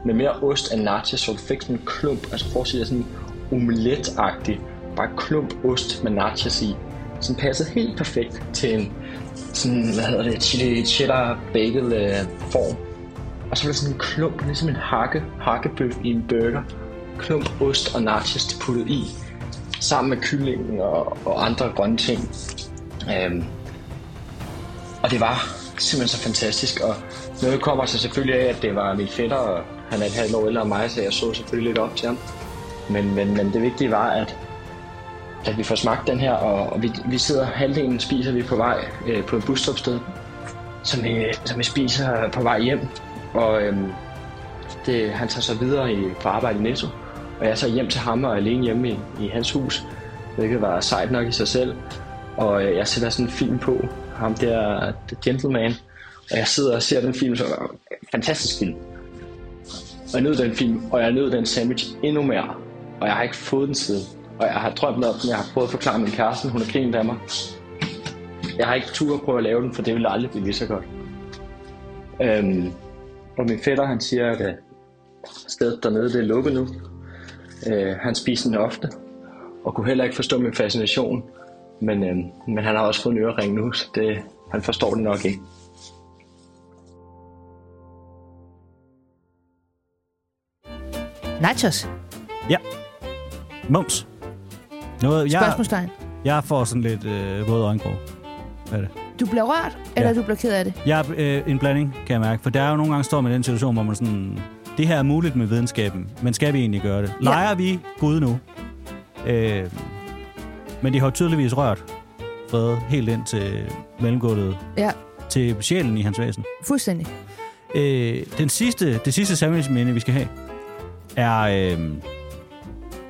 med mere ost end nachos, så du fik sådan en klump, altså forestil dig sådan en omelet-agtig, bare klump ost med nachos i, som passede helt perfekt til en sådan, hvad hedder det, chili, cheddar bagel øh, form. Og så var det sådan en klump, ligesom en hakke, hakkebøf i en burger, klump ost og nachos de puttede i, sammen med kyllingen og, og andre grønne ting. Øhm, og det var simpelthen så fantastisk, og noget kommer så selvfølgelig af, at det var min fætter, og han er et halvt år ældre end mig, så jeg så selvfølgelig lidt op til ham. Men, men, men det vigtige var, at, at vi får smagt den her, og, og vi, vi sidder halvdelen spiser vi på vej øh, på et busstopsted, som vi, som vi spiser på vej hjem. Og øhm, det, han tager så videre i, på arbejde i Netto, og jeg er så hjem til ham og er alene hjemme i, i hans hus, hvilket var sejt nok i sig selv. Og øh, jeg sætter sådan en film på, ham der The Gentleman, og jeg sidder og ser den film, som er en fantastisk film. Og jeg nød den film, og jeg nød den sandwich endnu mere. Og jeg har ikke fået den siden. Og jeg har drømt om den, jeg har prøvet at forklare min kæreste, hun er grint af mig. Jeg har ikke tur at prøve at lave den, for det ville aldrig blive lige så godt. Øhm, og min fætter, han siger, at øh, stedet dernede, det er lukket nu. Øh, han spiser den ofte, og kunne heller ikke forstå min fascination. Men, øh, men han har også fået en ørering nu, så det, han forstår det nok ikke.
Nachos?
Ja. Mums. Noget, jeg,
Spørgsmålstegn.
jeg får sådan lidt øh, våde øjenkrog. Hvad er det?
Du bliver rørt, eller du bliver ked af det?
Jeg er øh, en blanding, kan jeg mærke. For der er jo nogle gange står med den situation, hvor man sådan... Det her er muligt med videnskaben, men skal vi egentlig gøre det? Leger vi Gud nu? Øh, men det har jo tydeligvis rørt Frede helt ind til mellemgulvet,
Ja,
til sjælen i hans væsen.
fuldstændig.
Øh, den sidste, det sidste sandwichminde, vi skal have, er øh,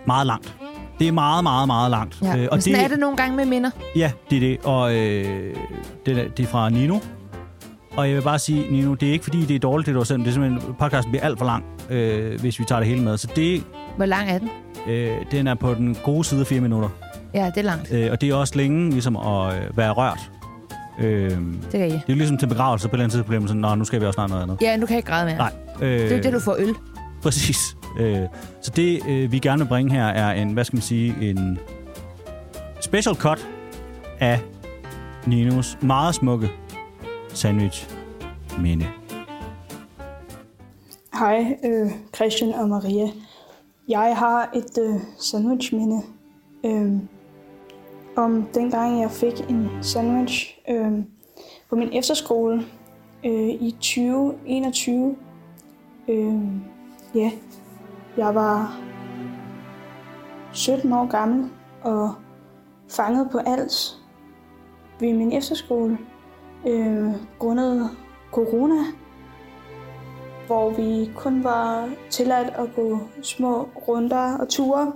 meget langt. Det er meget, meget, meget langt.
Ja. Øh, og Men sådan det... er det nogle gange med minder.
Ja, det er det. Og øh, det, er- det er fra Nino. Og jeg vil bare sige, Nino, det er ikke fordi, det er dårligt, det du har sendt. Det er simpelthen, podcasten bliver alt for lang, øh, hvis vi tager det hele med. Så det,
Hvor lang er den?
øh, den er på den gode side af fire minutter.
Ja, det er langt.
Øh, og det er også længe ligesom at øh, være rørt. Øh,
Det kan jeg.
det er jo ligesom til begravelse på et eller andet tidspunkt, sådan, Nå, nu skal vi også snart noget andet.
Ja, nu kan jeg ikke græde mere.
Nej. Øh,
Det er jo det, du får øl.
Præcis. Øh, så det, øh, vi gerne vil bringe her, er en, hvad skal man sige, en special cut af Ninos meget smukke sandwich minde.
Hej, øh, Christian og Maria. Jeg har et øh, sandwichminde øh, om dengang jeg fik en sandwich øh, på min efterskole øh, i 2021. Øh, ja, jeg var 17 år gammel og fanget på alt ved min efterskole øh, grundet corona hvor vi kun var tilladt at gå små runder og ture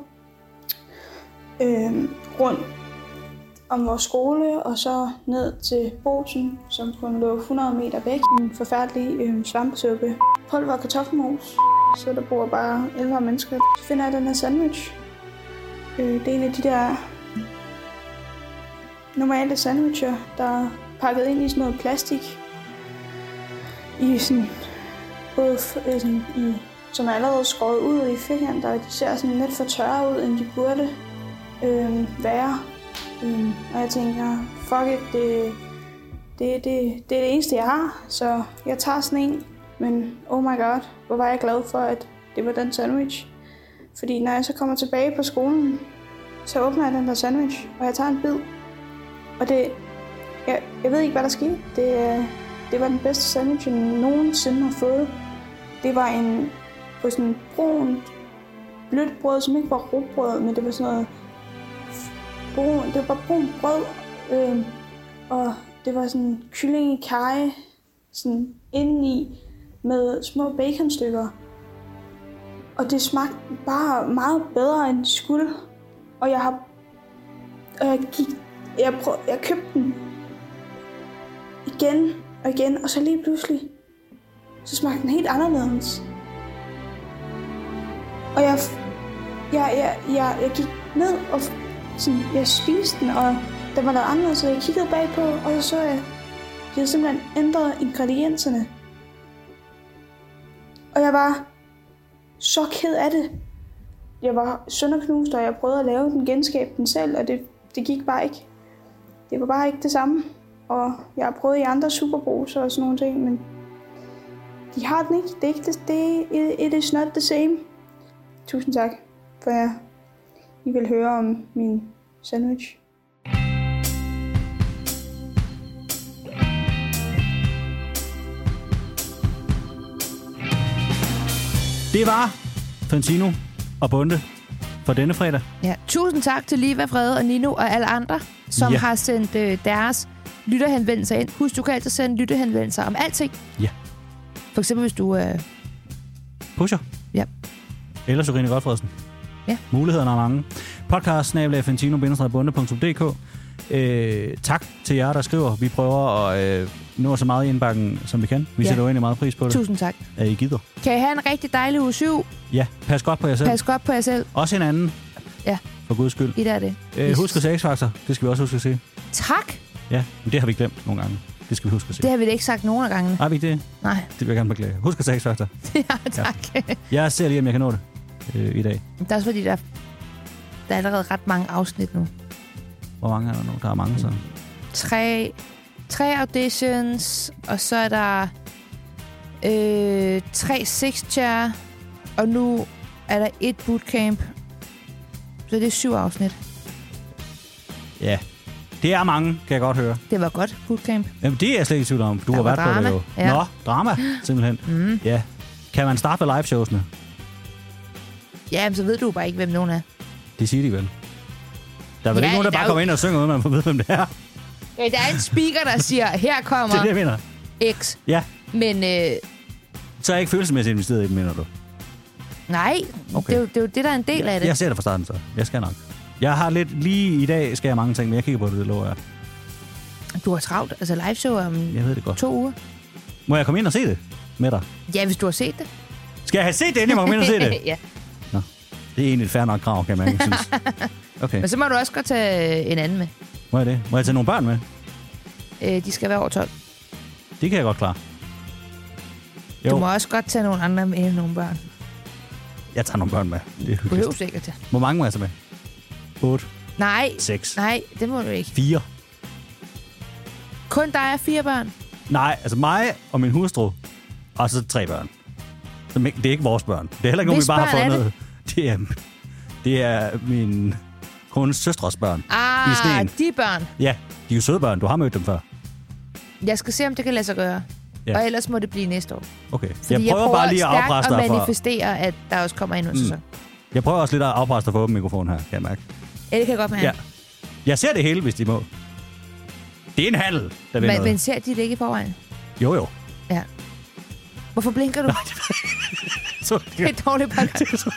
øh, rundt om vores skole, og så ned til Bosen, som kun lå 100 meter væk. En forfærdelig øh, svampesuppe. Pulver og kartoffelmos. Så der bor bare ældre mennesker. Så finder jeg den her sandwich. Øh, det er en af de der normale sandwicher, der er pakket ind i sådan noget plastik. I sådan både f- øh, sådan i, som er allerede skåret ud i firkanter, og de ser sådan lidt for tørre ud, end de burde øh, være. Øh, og jeg tænker, fuck it, det, det, det, det er det eneste, jeg har, så jeg tager sådan en. Men oh my god, hvor var jeg glad for, at det var den sandwich. Fordi når jeg så kommer tilbage på skolen, så åbner jeg den der sandwich, og jeg tager en bid. Og det, jeg, jeg ved ikke, hvad der skete. Det, øh, det var den bedste sandwich, jeg nogensinde har fået. Det var en på sådan en brun, blødt brød, som ikke var rugbrød, men det var sådan noget brun, det var brun brød, øh, og det var sådan kylling i kaj, sådan indeni med små baconstykker. Og det smagte bare meget bedre end det skulle. Og jeg har... Og jeg gik... Jeg, prøv, jeg købte den igen og igen, og så lige pludselig, så smagte den helt anderledes. Og jeg, jeg, jeg, jeg, jeg gik ned, og sådan, jeg spiste den, og den var lavet anderledes, så jeg kiggede bagpå, og så så jeg, de havde simpelthen ændret ingredienserne. Og jeg var så ked af det. Jeg var sønderknust, og jeg prøvede at lave den, genskabe den selv, og det, det gik bare ikke. Det var bare ikke det samme. Og jeg har prøvet i andre superbruser og sådan nogle ting, men de har den ikke. Det er ikke det, det, it, it is not the same. Tusind tak, for at I vil høre om min sandwich.
Det var Fantino og Bunde for denne fredag.
Ja. Tusind tak til Liva Frede og Nino og alle andre, som
Ja.
ja. har sendt øh, deres lytterhenvendelser ind. Husk, du kan altid sende lytterhenvendelser om alting.
Ja.
For eksempel, hvis du... Øh,
Pusher.
Ja.
Eller Sørine Godfredsen.
Ja.
Mulighederne er mange. Podcast snabel fantino-bunde.dk øh, Tak til jer, der skriver. Vi prøver at øh, nå så meget i indbakken, som vi kan. Vi ja.
Ja.
sætter jo egentlig meget pris på det,
tusind tak.
at I gider.
Kan I have en rigtig dejlig uge 7?
Ja, pas godt på jer selv.
Pas godt på jer selv.
Også hinanden.
Ja.
For guds skyld.
I der er det.
Øh, husk at se X-Factor. Det skal vi også huske at se.
Tak.
Ja, men det har vi glemt nogle gange. Det skal vi huske at se.
Det
Det...
har vi da ikke sagt nogen af gangene.
Har vi ikke det?
Nej.
Det vil jeg gerne beklage. Husk at se X-Factor.
ja, tak. Ja.
Jeg ser lige, om jeg kan nå det øh, i dag.
det er også fordi, der, der er allerede ret mange afsnit nu.
Hvor mange er der nu? Der er mange, så.
Tre, tre auditions, og så er der øh, tre six-chair, og nu er der et bootcamp. Så det er syv afsnit.
Ja. Det er mange, kan jeg godt høre.
Det var godt, bootcamp.
Jamen, det er jeg slet ikke i tvivl om. Du
Der
har
var
været på det
drama.
jo.
Ja.
Nå, drama, simpelthen. Mm. Ja. Kan man starte med liveshowsene?
Ja, men så ved du bare ikke, hvem nogen er.
Det siger de vel. Der er vel
Ja,
ja, ikke nogen, der,
der er
bare
jo-
kommer ind og synger, uden man får ved, hvem det er.
Ja, der er en speaker, der siger, her
Det er det,
kommer
jeg mener.
X.
Ja.
Men øh,
Så er jeg ikke følelsesmæssigt investeret i dem, mener du?
nej,
Okay.
okay. det, er jo, det er jo det, der er en del af det.
Jeg ser det fra starten, så. Jeg skal nok. Jeg har lidt... Lige i dag skal jeg mange ting, men jeg kigger på det, det lover jeg.
Du har travlt. Altså, liveshow om
Jeg ved det godt.
to uger.
Må jeg komme ind og se det med dig?
Ja, hvis du har set det.
Skal jeg have set det, inden jeg må komme ind og se det?
ja.
Det er egentlig et fair nok krav, kan man ikke synes. Okay,
Men så må du også godt tage øh, en anden med.
må jeg det? Må jeg tage nogle børn med?
Øh, de skal være over 12.
Det kan jeg godt klare. Jo,
Du må også godt tage nogle andre med end nogle børn.
jeg tager nogle børn med. Det er
Du
hyggeligt.
behøver sikkert tage.
Hvor mange må jeg tage med? 8,
Nej,
6,
nej, det må du ikke.
4.
Kun dig og fire børn.
Nej, altså mig og min hustru, og så tre børn. Som ikke- Det er ikke vores børn. Det er heller ikke nogen,
Hvis
vi bare har
børn er
fundet. Det? det er, det er min kones søstres børn.
Ah,
I sneen.
de børn.
Ja, de er jo søde børn. Du har mødt dem før.
Jeg skal se, om det kan lade sig gøre.
Ja.
Ja. Og ellers må det blive næste år.
Okay. Jeg
Fordi
prøver, jeg prøver bare lige at
stærkt
afpresse
at
dig for... Mm.
manifestere, at der også kommer endnu en sæson.
Jeg prøver også lidt at afpresse dig for åben mikrofon her, kan jeg mærke.
Ja, det kan jeg godt mærke.
Ja. Jeg ser det hele, hvis de må. Det er en handel, der vil
men, men
noget.
ser de det ikke i forvejen?
Jo, jo.
Ja. Hvorfor blinker du?
Så,
det er et dårligt podcast.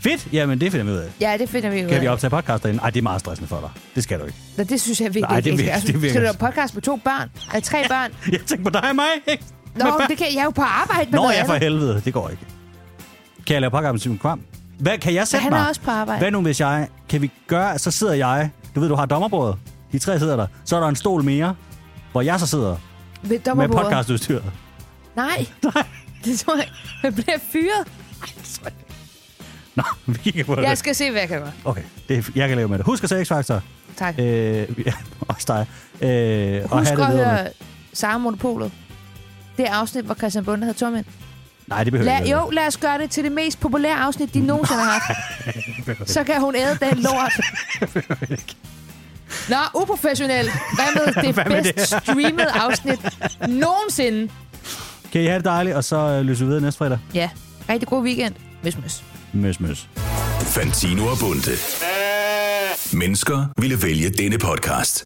fedt. Jamen, det finder vi ud af.
Ja, det finder vi jo
Kan
ud
vi
af.
optage podcast derinde? Ej, det er meget stressende for dig. Det skal du ikke.
Nå, det synes jeg virkelig
Nej, det
ikke.
virker- det virker-
Skal du lave podcast med to børn? Eller tre børn?
Jeg tænker på dig og mig. ikke?
Nå,
Men hvad-
det kan jeg er jo på arbejde med
Nå,
noget
jeg for
andet.
helvede. Det går ikke. Kan jeg lave podcast med Simon Kvam? Hvad, kan jeg sætte
han
mig?
er også på arbejde.
Hvad nu, hvis jeg... Kan vi gøre... Så sidder jeg... Du ved, du har dommerbordet. De tre sidder der. Så er der en stol mere, hvor jeg så sidder
Ved
med
dommerbordet.
podcastudstyret.
Nej. Nej. Det tror jeg ikke. Jeg bliver fyret.
Nå, vi kigger på det.
Jeg skal se, hvad jeg kan gøre.
Okay, det, er- jeg kan leve med det. Husk at se X-Factor.
Tak. Øh,
Øh, ja, også dig. Øh, og
Husk
have det
at
videre med.
høre Sara Monopolet. Det afsnit, hvor Christian Bunde havde tormænd.
Nej, det behøver jeg
La-
ikke.
jo, lad os gøre det til det mest populære afsnit, de nogensinde har haft. Så kan hun æde den lort. Nå, uprofessionelt. Hvad med det
Hvad med det?
bedst streamede afsnit nogensinde?
Kan I have det dejligt, og så øh, lyser vi videre næste fredag.
Ja, rigtig god weekend. Møs, møs.
Møs, møs.
Fantino og Bunde. Mennesker ville vælge denne podcast.